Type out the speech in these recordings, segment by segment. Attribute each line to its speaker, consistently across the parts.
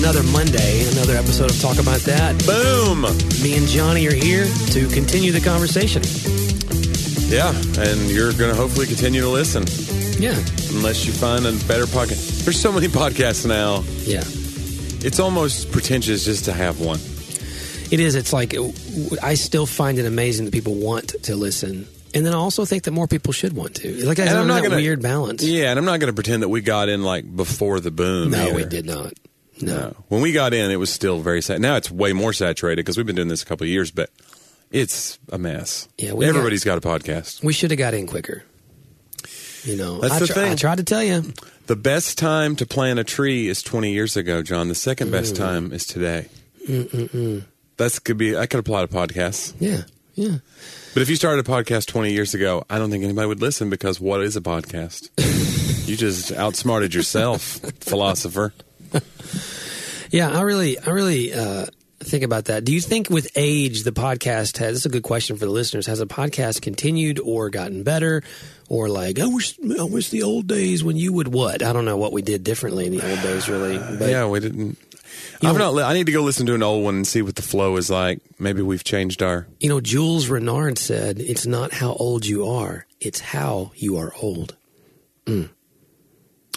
Speaker 1: another Monday, another episode of Talk About That.
Speaker 2: Boom!
Speaker 1: Me and Johnny are here to continue the conversation.
Speaker 2: Yeah, and you're going to hopefully continue to listen
Speaker 1: Yeah.
Speaker 2: unless you find a better podcast. There's so many podcasts now.
Speaker 1: Yeah.
Speaker 2: It's almost pretentious just to have one.
Speaker 1: It is. It's like, w- I still find it amazing that people want to listen. And then I also think that more people should want to. Like, I
Speaker 2: And I'm
Speaker 1: am
Speaker 2: not
Speaker 1: not that
Speaker 2: gonna-
Speaker 1: weird balance.
Speaker 2: Yeah, and I'm not going to pretend that we got in like before the boom.
Speaker 1: no,
Speaker 2: either.
Speaker 1: we did not. No.
Speaker 2: No. When we got in, it was still very sad. Now it's way more saturated because we've been doing this a couple of years, but it's a mess.
Speaker 1: Yeah, we
Speaker 2: everybody's got, a podcast.
Speaker 1: We should have got in quicker. You know,
Speaker 2: That's
Speaker 1: I,
Speaker 2: the thing.
Speaker 1: I tried to tell you.
Speaker 2: The best time to plant a tree is 20 years ago, John. The second
Speaker 1: Mm.
Speaker 2: best time is today. That's could be. I could apply to podcasts.
Speaker 1: Yeah. Yeah.
Speaker 2: But if you started a podcast 20 years ago, I don't think anybody would listen because what is a podcast? you just outsmarted yourself, philosopher.
Speaker 1: Yeah, I really, I really uh, think about that. Do you think with age the podcast has? This is a good question for the listeners. Has the podcast continued or gotten better, or like I wish, I wish the old days when you would what? I don't know what we did differently in the old days, really. But
Speaker 2: yeah, we didn't. I've not. li- I need to go listen to an old one and see what the flow is like. Maybe we've changed our.
Speaker 1: you know, Jules Renard said, "It's not how old you are; it's how you are old."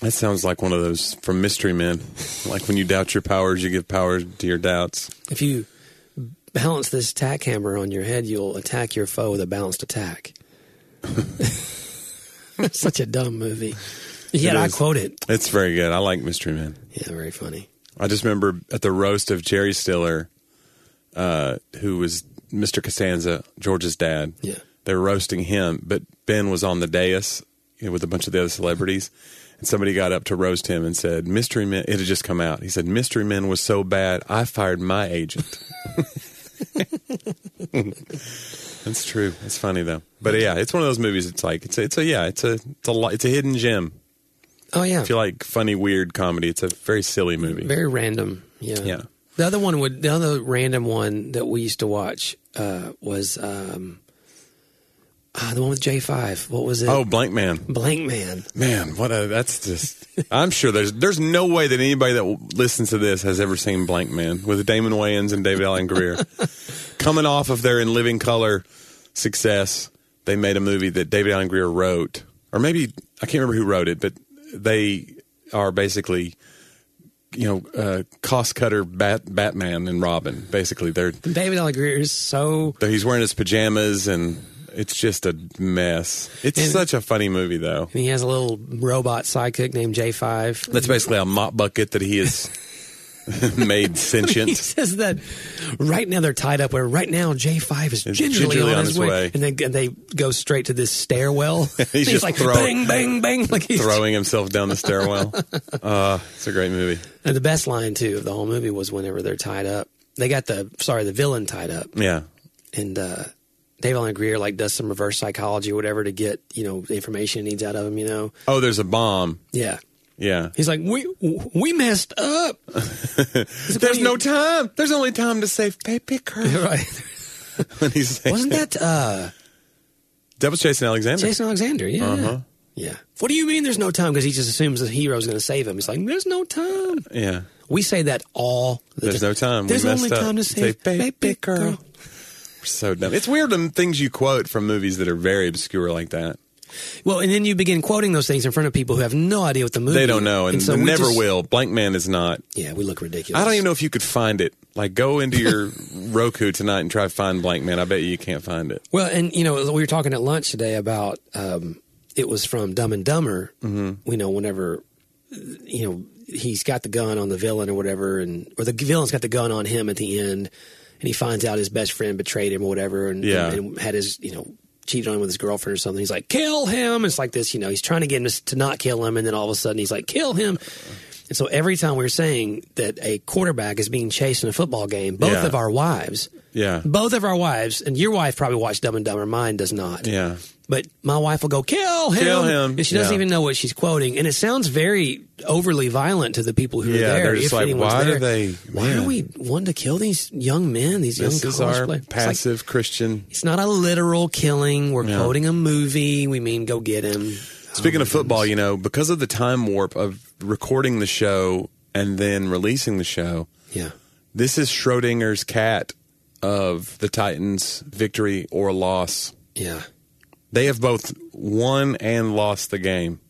Speaker 2: That sounds like one of those from Mystery Men. like when you doubt your powers, you give power to your doubts.
Speaker 1: If you balance this tack hammer on your head, you'll attack your foe with a balanced attack. Such a dumb movie. Yet
Speaker 2: It
Speaker 1: I
Speaker 2: is.
Speaker 1: quote it.
Speaker 2: It's very good. I like Mystery Men.
Speaker 1: Yeah, very funny.
Speaker 2: I just remember at the roast of Jerry Stiller, uh, who was Mr. Costanza, George's dad.
Speaker 1: Yeah.
Speaker 2: They were roasting him, but Ben was on the dais you know, with a bunch of the other celebrities. And somebody got up to roast him and said, Mystery Men, it had just come out. He said, Mystery Men was so bad, I fired my agent. That's true. That's funny though. But yeah, it's one of those movies. It's like it's a, it's a yeah, it's a it's a lo- it's a hidden gem.
Speaker 1: Oh yeah,
Speaker 2: If you like funny, weird comedy, it's a very silly movie.
Speaker 1: very random. Yeah.
Speaker 2: Yeah.
Speaker 1: The other one would the other random one that we used to watch uh, was um, ah, the one with J Five. What was it?
Speaker 2: oh, Blank Man.
Speaker 1: Blank Man.
Speaker 2: Man, what a that's just. I'm sure there's there's no way that anybody that w- listens to this has ever seen Blank Man with Damon Wayans and David Allen Greer, coming off of their In Living Color success. They made a movie that David Allen Greer wrote, or maybe I can't remember who wrote it, but they are basically, you know, uh, cost cutter Bat, Batman and Robin. Basically, they're
Speaker 1: David Allen Greer is so
Speaker 2: they're- he's wearing his pajamas and it's just a mess. It's
Speaker 1: And-
Speaker 2: such a funny movie though.
Speaker 1: and he has a little robot sidekick named J Five.
Speaker 2: That's basically a mop bucket that he has made
Speaker 1: He
Speaker 2: sentient.
Speaker 1: says that right now they're tied up. Where right now J Five is gingerly, on, his, way, and they and they go straight to this stairwell. he's
Speaker 2: just
Speaker 1: like
Speaker 2: throw-
Speaker 1: bang, bang, bang, like he's
Speaker 2: Throwing himself down the stairwell. Uh, it's a great movie.
Speaker 1: And the best line too of the whole movie was whenever they're tied up, they got the sorry the villain tied up,
Speaker 2: Yeah.
Speaker 1: and uh, Dave Allen Greer like does some reverse psychology or whatever to get you know the information he needs out of him. You know,
Speaker 2: Oh, there's a bomb.
Speaker 1: yeah.
Speaker 2: Yeah.
Speaker 1: He's like we we messed up.
Speaker 2: There's no time. There's only time to save baby girl.
Speaker 1: right.
Speaker 2: When he's saying-
Speaker 1: Wasn't that uh,
Speaker 2: that was Jason Alexander?
Speaker 1: Jason Alexander? Yeah.
Speaker 2: Uh-huh.
Speaker 1: Yeah. What do you mean? There's no time because he just assumes the hero's going to save him. He's like, there's no time.
Speaker 2: Yeah.
Speaker 1: We say that all. The
Speaker 2: There's no time. We
Speaker 1: There's
Speaker 2: messed
Speaker 1: only
Speaker 2: up.
Speaker 1: time to
Speaker 2: Say,
Speaker 1: save
Speaker 2: "Baby
Speaker 1: baby,
Speaker 2: girl."
Speaker 1: girl.
Speaker 2: We're so dumb. It's weird the things you quote from movies that are very obscure like that.
Speaker 1: Well, and then you begin quoting those things in front of people who have no idea what the movie.
Speaker 2: They don't know and, they
Speaker 1: we
Speaker 2: never
Speaker 1: just-
Speaker 2: will. Blank Man is not.
Speaker 1: Yeah, we look ridiculous.
Speaker 2: I don't even know if you could find it. Like, go into your Roku tonight and try to find Blank Man. I bet you you can't find it.
Speaker 1: Well, and you know, we were talking at lunch today about um, it was from Dumb and Dumber. Mm-hmm. You know, whenever you know he's got the gun on the villain or whatever, and or the villain's got the gun on him at the end, and he finds out his best friend betrayed him or whatever, and,
Speaker 2: Yeah.
Speaker 1: and, had his you know cheated on him with his girlfriend or something. He's like, kill him. It's like this, you know, he's trying to get him to not kill him, and then all of a sudden he's like, kill him. And so every time we we're saying that a quarterback is being chased in a football game, both
Speaker 2: Yeah.
Speaker 1: of our wives
Speaker 2: Yeah.
Speaker 1: both of our wives, and your wife probably watched Dumb and Dumber. Mine does not.
Speaker 2: Yeah.
Speaker 1: But my wife will go kill him.
Speaker 2: Kill him.
Speaker 1: And she doesn't
Speaker 2: Yeah.
Speaker 1: even know what she's quoting, and it sounds very overly violent to the people who
Speaker 2: Yeah,
Speaker 1: are there.
Speaker 2: they're just
Speaker 1: if
Speaker 2: like,
Speaker 1: anyone's
Speaker 2: why do
Speaker 1: there.
Speaker 2: they-
Speaker 1: Why
Speaker 2: man.
Speaker 1: are we wanting to kill these young men? These young
Speaker 2: This is
Speaker 1: college
Speaker 2: our
Speaker 1: players? It's like,
Speaker 2: passive Christian.
Speaker 1: It's, not a literal killing. We're
Speaker 2: Yeah.
Speaker 1: quoting a movie. We mean go get him. oh
Speaker 2: Speaking of football, you know, because of the time warp of recording the show and then releasing the show.
Speaker 1: Yeah.
Speaker 2: This is Schrodinger's cat of the Titans' victory or loss.
Speaker 1: Yeah.
Speaker 2: They have both won and lost the game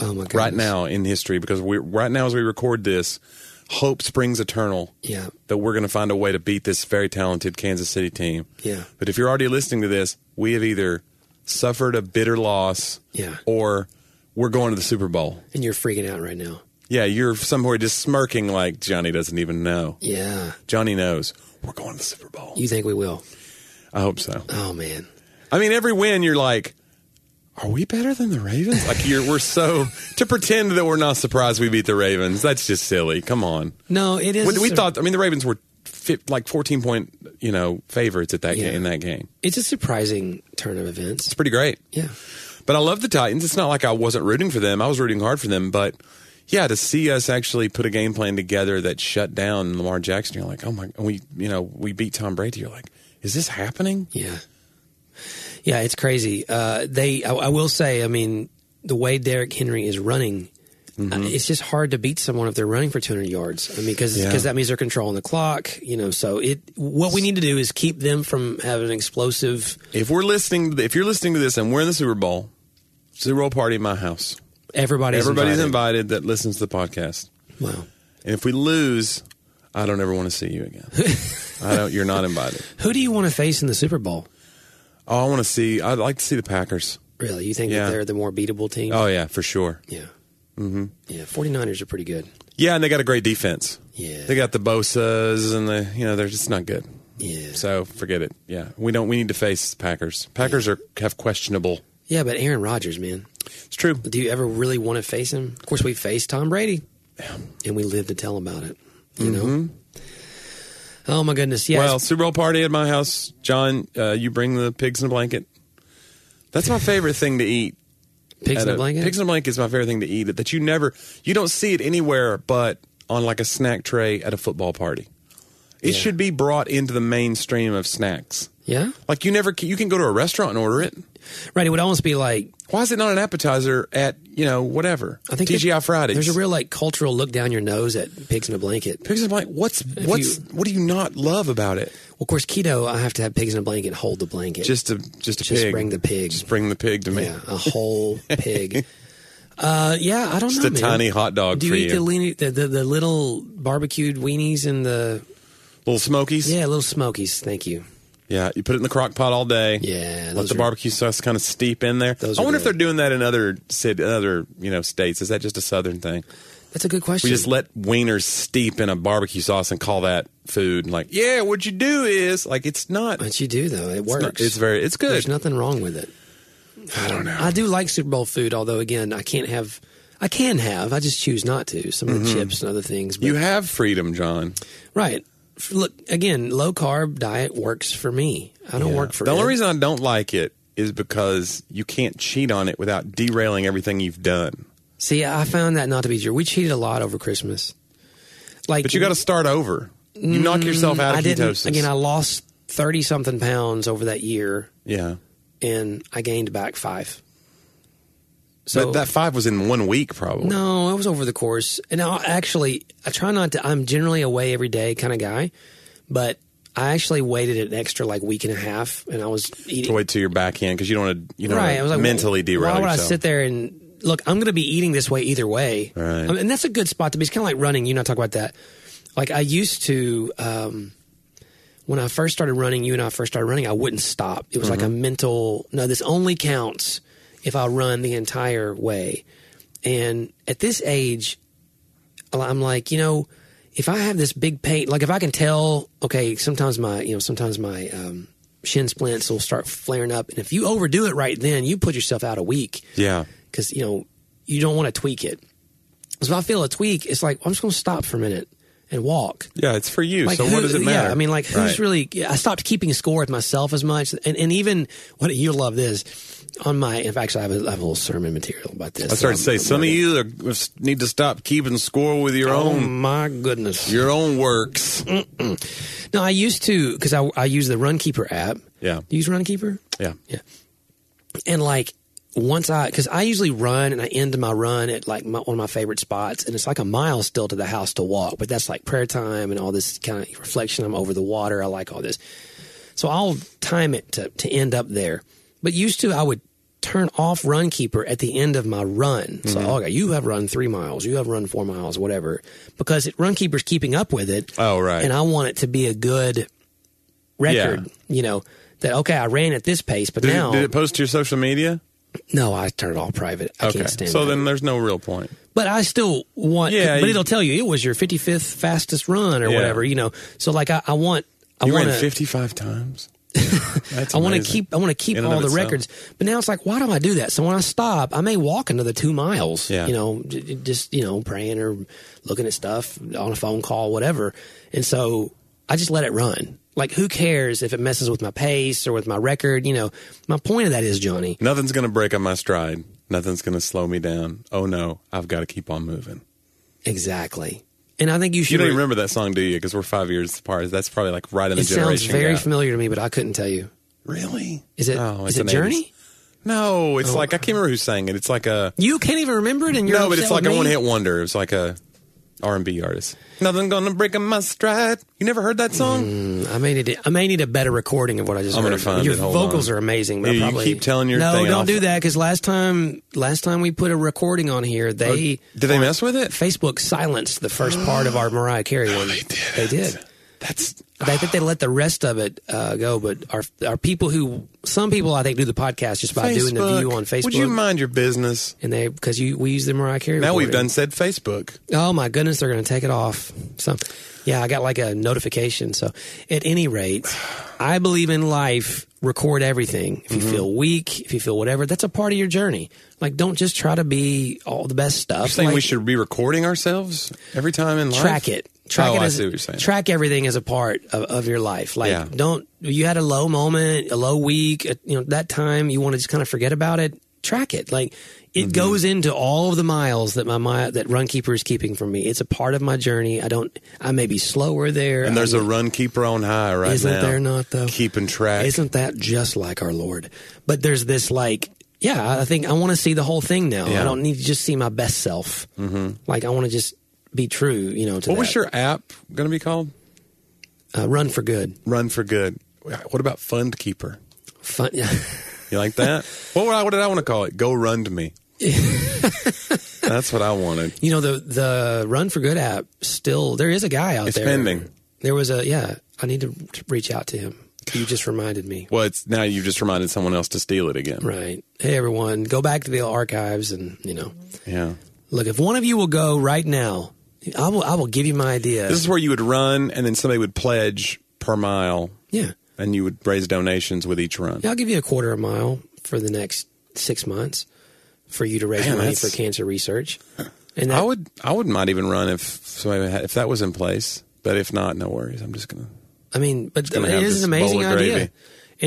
Speaker 1: Oh my god.
Speaker 2: right now in history because we right now as we record this, hope springs eternal
Speaker 1: Yeah.
Speaker 2: that we're going to find a way to beat this very talented Kansas City team.
Speaker 1: Yeah.
Speaker 2: But if you're already listening to this, we have either suffered a bitter loss
Speaker 1: Yeah.
Speaker 2: or we're going to the Super Bowl.
Speaker 1: And you're freaking out right now.
Speaker 2: Yeah, you're somewhere just smirking like Johnny doesn't even know.
Speaker 1: Yeah.
Speaker 2: Johnny knows. We're going to the Super Bowl.
Speaker 1: You think we will?
Speaker 2: I hope so.
Speaker 1: Oh man.
Speaker 2: I mean, every win you're like, are we better than the Ravens? Like you're we're so to pretend that we're not surprised we beat the Ravens. That's just silly. Come on.
Speaker 1: No, it is.
Speaker 2: We,
Speaker 1: a
Speaker 2: we
Speaker 1: sur-
Speaker 2: thought. I mean, the Ravens were fi like 14 point, you know, favorites at that
Speaker 1: Yeah.
Speaker 2: game, in that game.
Speaker 1: it's a surprising turn of events.
Speaker 2: It's pretty great.
Speaker 1: Yeah.
Speaker 2: But I love the Titans. It's not like I wasn't rooting for them. I was rooting hard for them. But yeah, to see us actually put a game plan together that shut down Lamar Jackson, you're like, oh my, we, you know, we beat Tom Brady. You're like, is this happening?
Speaker 1: Yeah. Yeah, it's crazy. Uh, they, I, I will say, I mean, the way Derrick Henry is running,
Speaker 2: Mm-hmm.
Speaker 1: uh, it's just hard to beat someone if they're running for 200 yards. I mean, because
Speaker 2: Yeah.
Speaker 1: that means they're controlling the clock, you know. So it, what we need to do is keep them from having an explosive
Speaker 2: If we're listening, if you're listening to this and we're in the Super Bowl, Super Bowl party at my house.
Speaker 1: everybody's
Speaker 2: Everybody's
Speaker 1: invited.
Speaker 2: invited that listens to the podcast.
Speaker 1: Wow.
Speaker 2: And if we lose, I don't ever want to see you again. I don't. You're not invited.
Speaker 1: Who do you want to face in the Super Bowl?
Speaker 2: Oh, I want to see. I'd like to see the Packers.
Speaker 1: Really? You think
Speaker 2: Yeah.
Speaker 1: that they're the more beatable team?
Speaker 2: Oh yeah, for sure.
Speaker 1: Yeah. Mm-hmm. Yeah. 49ers are pretty good.
Speaker 2: Yeah, and they got a great defense.
Speaker 1: Yeah.
Speaker 2: They got the Bosa's and the you know they're just not good.
Speaker 1: yeah.
Speaker 2: So forget it. Yeah, we don't. We need to face the Packers. Packers are have questionable.
Speaker 1: Yeah, but Aaron Rodgers, man.
Speaker 2: It's true.
Speaker 1: Do you ever really want to face him? Of course, we faced Tom Brady, and we live to tell about it. You know. Oh my goodness! Yeah,
Speaker 2: Mm-hmm. Well,
Speaker 1: it's-
Speaker 2: Super Bowl party at my house. John, uh, you bring the pigs in a blanket. That's my favorite thing to eat.
Speaker 1: pigs in
Speaker 2: at
Speaker 1: a blanket.
Speaker 2: Pigs in a blanket is my favorite thing to eat. That you never, you don't see it anywhere but on like a snack tray at a football party. It
Speaker 1: Yeah.
Speaker 2: should be brought into the mainstream of snacks.
Speaker 1: yeah,
Speaker 2: Like you never, you can go to a restaurant and order it.
Speaker 1: right. It would almost be like
Speaker 2: Why is it not an appetizer at you know whatever?
Speaker 1: I think
Speaker 2: TGI
Speaker 1: there-
Speaker 2: Fridays.
Speaker 1: There's a real like cultural look down your nose at pigs in a blanket.
Speaker 2: pigs in a blanket. What's what's
Speaker 1: you-
Speaker 2: what do you not love about it?
Speaker 1: Well, of course, keto. I have to have pigs in a blanket. Hold the blanket.
Speaker 2: Just a just a
Speaker 1: Just
Speaker 2: pig.
Speaker 1: bring the pig.
Speaker 2: Just bring the pig to me.
Speaker 1: yeah, a whole pig. Uh, yeah, I don't
Speaker 2: Just
Speaker 1: know.
Speaker 2: a
Speaker 1: man.
Speaker 2: tiny hot dog
Speaker 1: Do you
Speaker 2: for
Speaker 1: eat
Speaker 2: you.
Speaker 1: The, lean, the, the the little barbecued weenies and the
Speaker 2: Little smokies.
Speaker 1: yeah little smokies? Thank you.
Speaker 2: Yeah, you put it in the crock pot all day.
Speaker 1: Yeah,
Speaker 2: let
Speaker 1: those
Speaker 2: the
Speaker 1: are-
Speaker 2: barbecue sauce kind of steep in there.
Speaker 1: Those
Speaker 2: I
Speaker 1: are
Speaker 2: wonder if they're
Speaker 1: good.
Speaker 2: doing that in other cit- other you know states. Is that just a southern thing?
Speaker 1: That's a good question.
Speaker 2: We just let wieners steep in a barbecue sauce and call that food. And like, yeah, what you do is like it's not. It's,
Speaker 1: But you do though. It works.
Speaker 2: not, it's very. It's good.
Speaker 1: There's nothing wrong with it.
Speaker 2: I don't know.
Speaker 1: I do like Super Bowl food, although again, I can't have. I can have. I just choose not to. Some of the chips and other things. But,
Speaker 2: Mm-hmm. you have freedom, John.
Speaker 1: right. F- Look again. Low carb diet works for me. I don't work for
Speaker 2: the only
Speaker 1: Ed.
Speaker 2: reason I don't like it is because you can't cheat on it without derailing everything you've done.
Speaker 1: See, I found that not to be true. We cheated a lot over Christmas. Like,
Speaker 2: But you got to start over. You knock yourself out of
Speaker 1: Mm, I
Speaker 2: ketosis.
Speaker 1: didn't. Again, I lost thirty something pounds over that year,
Speaker 2: yeah.
Speaker 1: and I gained back five.
Speaker 2: but that five was in one week, probably.
Speaker 1: No, it was over the course. And I actually, I try not to. I'm generally away every day kind of guy, but I actually waited an extra like week and a half, and I was
Speaker 2: to
Speaker 1: eating.
Speaker 2: wait till your backhand because you don't want to you know
Speaker 1: right, I was like
Speaker 2: mentally
Speaker 1: well,
Speaker 2: derail
Speaker 1: Why would
Speaker 2: yourself.
Speaker 1: I sit there and look? I'm going to be eating this way either way,
Speaker 2: Right.
Speaker 1: I mean, and that's a good spot to be. It's kind of like running. You and I talk about that. Like I used to. um when I first started running, you and I first started running, I wouldn't stop. It was like a mental, no, this only counts if I run the entire way. And at this age, I'm like, you know, if I have this big pain, like if I can tell, okay, sometimes my, you know, sometimes my um, shin splints will start flaring up. And if you overdo it right then, you put yourself out a week
Speaker 2: yeah
Speaker 1: because, you know, you don't want to tweak it. So if I feel a tweak, it's like, I'm just going to stop for a minute and walk.
Speaker 2: yeah it's for you
Speaker 1: Like,
Speaker 2: so what
Speaker 1: who-
Speaker 2: does it matter
Speaker 1: Yeah, I mean, like, who's
Speaker 2: Right.
Speaker 1: really? yeah, I stopped keeping score with myself as much, and and even what you love this on my. In fact, I have a, I have a little sermon material about this.
Speaker 2: I started to
Speaker 1: Um,
Speaker 2: say some of you are, need to stop keeping score with your
Speaker 1: Oh
Speaker 2: own
Speaker 1: my goodness!
Speaker 2: your own works
Speaker 1: No, I used to because I I use the Runkeeper app.
Speaker 2: yeah
Speaker 1: Do you use Runkeeper?
Speaker 2: yeah
Speaker 1: And like once I, because I usually run and I end my run at like my, one of my favorite spots, and it's like a mile still to the house to walk, but that's like prayer time and all this kind of reflection. I'm over the water. I like all this. So I'll time it to, to end up there. But used to, I would turn off Runkeeper at the end of my run. So, okay, you have run three miles, you have run four miles, whatever, because it, Runkeeper's keeping up with it.
Speaker 2: Oh, right.
Speaker 1: And I want it to be a good record, you know, that, okay, I ran at this pace, but
Speaker 2: Did,
Speaker 1: now.
Speaker 2: it, did it post to your social media?
Speaker 1: No, I turn it all private. I can't stand
Speaker 2: so
Speaker 1: it.
Speaker 2: then there's no real point.
Speaker 1: but I still want.
Speaker 2: Yeah,
Speaker 1: but
Speaker 2: you-
Speaker 1: it'll tell you it was your 55th fastest run or
Speaker 2: Yeah.
Speaker 1: whatever. You know. So like I, I want. I
Speaker 2: You
Speaker 1: want
Speaker 2: ran
Speaker 1: to.
Speaker 2: 55 times. That's
Speaker 1: I want to
Speaker 2: amazing.
Speaker 1: keep. I want to keep
Speaker 2: In and
Speaker 1: all
Speaker 2: of
Speaker 1: the
Speaker 2: itself.
Speaker 1: records. But now it's like, why do I do that? So when I stop, I may walk another two miles.
Speaker 2: Yeah.
Speaker 1: You know, j- j- just you know, praying or looking at stuff on a phone call, whatever. And so I just let it run. Like, who cares if it messes with my pace or with my record? You know, my point of that is Johnny.
Speaker 2: Nothing's going to break on my stride. Nothing's going to slow me down. Oh no, I've got to keep on moving.
Speaker 1: Exactly. And I think you should.
Speaker 2: You don't even remember that song, do you? Because we're five years apart. That's probably like right in the
Speaker 1: it sounds
Speaker 2: generation.
Speaker 1: very
Speaker 2: gap.
Speaker 1: familiar to me, but I couldn't tell you.
Speaker 2: Really?
Speaker 1: Is it? Is
Speaker 2: Oh, it's
Speaker 1: it
Speaker 2: an 80s.
Speaker 1: Journey? Oh,
Speaker 2: No, it's like I can't remember who sang it. It's like a
Speaker 1: You can't even remember it, and you're
Speaker 2: no, but
Speaker 1: upset
Speaker 2: it's like
Speaker 1: with
Speaker 2: a
Speaker 1: me?
Speaker 2: one-hit wonder. It's like a R and B artist. Nothing gonna break on my stride. You never heard that song?
Speaker 1: I may need to, I may need a better recording of what I just.
Speaker 2: I'm
Speaker 1: heard.
Speaker 2: gonna find
Speaker 1: your
Speaker 2: it. Hold
Speaker 1: vocals
Speaker 2: on.
Speaker 1: are amazing. But I
Speaker 2: Yeah, you
Speaker 1: probably,
Speaker 2: keep telling your
Speaker 1: no.
Speaker 2: thing,
Speaker 1: don't
Speaker 2: I'll-
Speaker 1: do that because last time last time we put a recording on here, they
Speaker 2: Did they mess with it?
Speaker 1: Facebook silenced the first part of our Mariah Carey one. They did. They did.
Speaker 2: That's
Speaker 1: I think they let the rest of it uh, go, but our our people who some people I think do the podcast just by doing the view on Facebook,
Speaker 2: Would you mind your business?
Speaker 1: and they because you we use the Mariah Carey.
Speaker 2: Now we've
Speaker 1: recording.
Speaker 2: done said Facebook.
Speaker 1: Oh my goodness, they're going to take it off. So, yeah, I got like a notification. So, at any rate, I believe in life. Record everything. If you
Speaker 2: Mm-hmm.
Speaker 1: feel weak, if you feel whatever, that's a part of your journey. Like, don't just try to be all the best stuff.
Speaker 2: Saying
Speaker 1: Like,
Speaker 2: we should be recording ourselves every time in life.
Speaker 1: track it. Track
Speaker 2: Oh,
Speaker 1: it
Speaker 2: I
Speaker 1: as,
Speaker 2: see what you're saying.
Speaker 1: Track everything as a part of, of your life. Like,
Speaker 2: Yeah.
Speaker 1: don't you had a low moment, a low week, uh, you know, that time you want to just kind of forget about it. Track it. Like,
Speaker 2: Mm-hmm.
Speaker 1: it goes into all of the miles that my, my that Runkeeper is keeping from me. It's a part of my journey. I don't. I may be slower there.
Speaker 2: And there's
Speaker 1: I,
Speaker 2: a run keeper on high right
Speaker 1: Isn't
Speaker 2: now.
Speaker 1: there not, though?
Speaker 2: Keeping track.
Speaker 1: Isn't that just like our Lord? But there's this like, yeah, I think I want to see the whole thing now.
Speaker 2: Yeah.
Speaker 1: I don't need to just see my best self. Mm-hmm. Like I want to just be true. You know, to
Speaker 2: what was
Speaker 1: that.
Speaker 2: your app going to be called?
Speaker 1: uh, run for good?
Speaker 2: Run for Good. What about Fund Keeper?
Speaker 1: Fun.
Speaker 2: You like that? what, would I, what did I want to call it? Go Run to Me. That's what I wanted.
Speaker 1: You know the the Run for Good app still there is a guy out
Speaker 2: It's
Speaker 1: there.
Speaker 2: pending.
Speaker 1: There was a yeah. I need to reach out to him. You just reminded me.
Speaker 2: Well, it's now you've just reminded someone else to steal it again.
Speaker 1: Right. Hey everyone, go back to the archives and you know
Speaker 2: Yeah.
Speaker 1: look if one of you will go right now, I will I will give you my idea.
Speaker 2: This is where you would run, and then somebody would pledge per mile,
Speaker 1: yeah.
Speaker 2: and you would raise donations with each run.
Speaker 1: Yeah, I'll give you a quarter of a mile for the next six months for you to raise
Speaker 2: Man,
Speaker 1: money for
Speaker 2: that's-
Speaker 1: cancer research. And that,
Speaker 2: I would, I would might even run if somebody had, if that was in place. But if not, no worries. I'm just gonna.
Speaker 1: I mean, but
Speaker 2: gonna
Speaker 1: it
Speaker 2: have
Speaker 1: is
Speaker 2: this
Speaker 1: an amazing
Speaker 2: bowl of
Speaker 1: idea.
Speaker 2: gravy.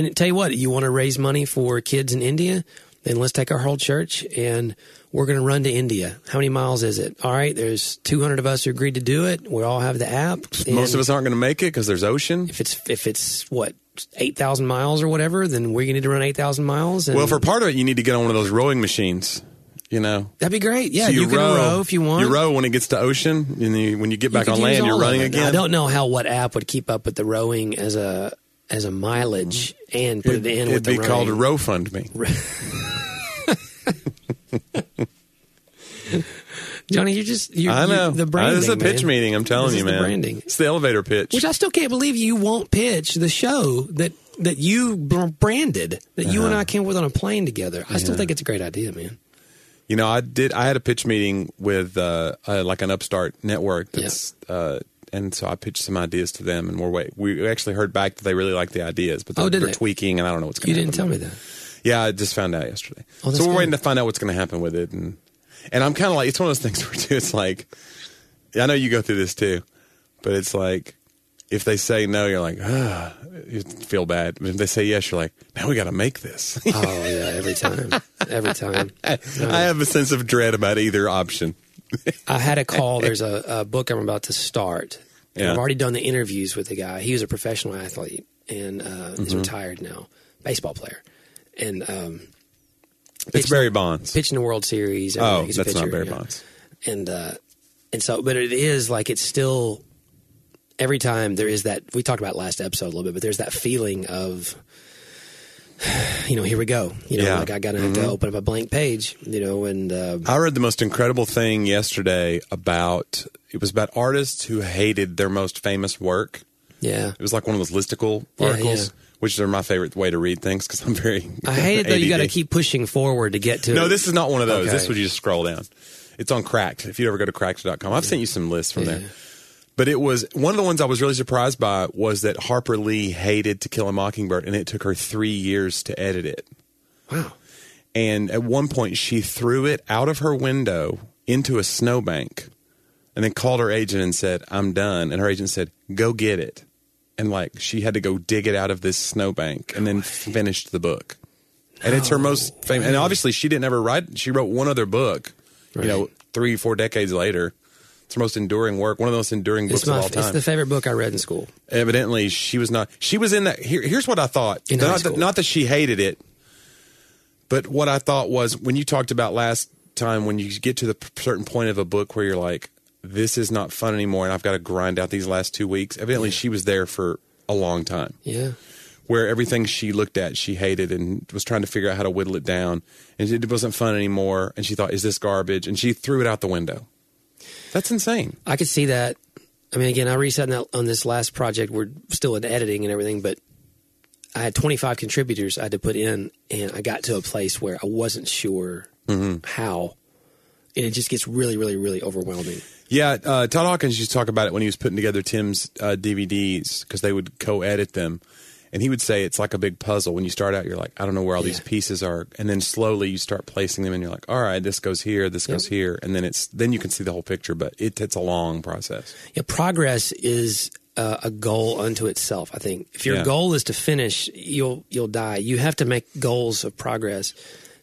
Speaker 1: And tell you what, you want to raise money for kids in India? Then let's take our whole church and we're going to run to India. How many miles is it? All right, there's 200 of us who agreed to do it. We all have the app.
Speaker 2: Most
Speaker 1: and
Speaker 2: of us aren't gonna make it because there's ocean.
Speaker 1: If it's if it's what eight thousand miles or whatever, then we need to run eight thousand miles. And
Speaker 2: Well, for part of it, you need to get on one of those rowing machines. You know,
Speaker 1: that'd be great. Yeah,
Speaker 2: So
Speaker 1: you, can row, if you want.
Speaker 2: You row when it gets to ocean, and then you, when you get back
Speaker 1: You
Speaker 2: on
Speaker 1: could use
Speaker 2: land,
Speaker 1: all
Speaker 2: you're
Speaker 1: of
Speaker 2: running
Speaker 1: it. I
Speaker 2: again.
Speaker 1: don't know how what app would keep up with the rowing as a as a mileage and put it, in
Speaker 2: Mm-hmm. It'd
Speaker 1: with the
Speaker 2: be called
Speaker 1: running.
Speaker 2: row fund me.
Speaker 1: Johnny. You're just you're,
Speaker 2: I know. Uh,
Speaker 1: you the branding.
Speaker 2: This is a pitch
Speaker 1: man.
Speaker 2: meeting. I'm telling
Speaker 1: This is
Speaker 2: you,
Speaker 1: the
Speaker 2: man.
Speaker 1: branding.
Speaker 2: It's the elevator pitch.
Speaker 1: Which I still can't believe you won't pitch the show that that you br- branded that you
Speaker 2: Uh-huh.
Speaker 1: and I came up with on a plane together. I still think it's a great idea, man.
Speaker 2: you know, I did. I had a pitch meeting with uh, uh, like an upstart network. That's, uh, and so I pitched some ideas to them, and we're wait. We actually heard back that they really like the ideas, but they're,
Speaker 1: Oh, did
Speaker 2: they're
Speaker 1: they?
Speaker 2: tweaking, and I don't know what's going.
Speaker 1: You didn't tell me that.
Speaker 2: Yeah, I just found out yesterday.
Speaker 1: Oh, that's
Speaker 2: so we're
Speaker 1: good.
Speaker 2: waiting to find out what's going to happen with it, and and I'm kind of like it's one of those things where too, it's like I know you go through this too, but it's like if they say no, you're like ah, you feel bad. But if they say yes, you're like now we got to make this.
Speaker 1: Oh yeah, every time, every time.
Speaker 2: I have a sense of dread about either option.
Speaker 1: I had a call. There's a, a book I'm about to start. And
Speaker 2: Yeah.
Speaker 1: I've already done the interviews with the guy. He was a professional
Speaker 2: Mm-hmm.
Speaker 1: athlete and uh, is retired now, baseball player. And um,
Speaker 2: it's Barry Bonds.
Speaker 1: pitched in the World Series.
Speaker 2: oh,
Speaker 1: He's a
Speaker 2: that's not
Speaker 1: pitcher,
Speaker 2: Barry
Speaker 1: yeah.
Speaker 2: Bonds.
Speaker 1: And uh, and so, but it is like it's still every time there is that we talked about last episode a little bit, but there's that feeling of you know here we go, you know,
Speaker 2: Yeah. Mm-hmm.
Speaker 1: like I gotta have to open up a blank page, you know, and uh,
Speaker 2: I read the most incredible thing yesterday about it was about artists who hated their most famous work.
Speaker 1: yeah.
Speaker 2: It was like one of those listicle
Speaker 1: Yeah,
Speaker 2: articles,
Speaker 1: yeah.
Speaker 2: which are my favorite way to read things because I'm very.
Speaker 1: I hate it though. You got to
Speaker 2: ADD.
Speaker 1: keep pushing forward to get to.
Speaker 2: No,
Speaker 1: it.
Speaker 2: this is not one of those. This
Speaker 1: Okay.
Speaker 2: is where you just scroll down. It's on Cracked. If you ever go to cracked.com, I've sent you some lists from
Speaker 1: Yeah.
Speaker 2: there. But it was one of the ones I was really surprised by was that Harper Lee hated To Kill a Mockingbird, and it took her three years to edit it.
Speaker 1: wow.
Speaker 2: And at one point, she threw it out of her window into a snowbank and then called her agent and said, I'm done. And her agent said, Go get it. And like she had to go dig it out of this snowbank and then finished the book. And it's her most famous. And obviously, she didn't ever write, she wrote one other book, you know, three, four decades later. It's her most enduring work, one of the most enduring books
Speaker 1: It's my
Speaker 2: of all time
Speaker 1: it's the favorite book I read in school.
Speaker 2: evidently she was not she was in that here, here's what i thought
Speaker 1: In high
Speaker 2: not,
Speaker 1: school.
Speaker 2: that, not that she hated it but what i thought was when you talked about last time when you get to the p- certain point of a book where you're like this is not fun anymore and i've got to grind out these last two weeks evidently she was there for a long time
Speaker 1: Yeah.
Speaker 2: where everything she looked at she hated and was trying to figure out how to whittle it down and it wasn't fun anymore and she thought is this garbage and she threw it out the window that's insane
Speaker 1: I could see that. I mean, again, I reset on, that, on this last project. We're still in editing and everything, but I had 25 contributors I had to put in, and I got to a place where I wasn't sure how, and it just gets really, really, really overwhelming.
Speaker 2: Yeah, uh, Todd Hawkins used to talk about it when he was putting together Tim's uh, DVDs because they would co-edit them, and he would say it's like a big puzzle. When you start out, you're like, I don't know where all these
Speaker 1: Yeah.
Speaker 2: pieces are, and then slowly you start placing them, and you're like, all right, this goes here, this goes here, and then it's then you can see the whole picture. But it, it's a long process.
Speaker 1: Yeah, progress is uh, a goal unto itself. I think if your
Speaker 2: Yeah.
Speaker 1: goal is to finish, you'll you'll die. You have to make goals of progress.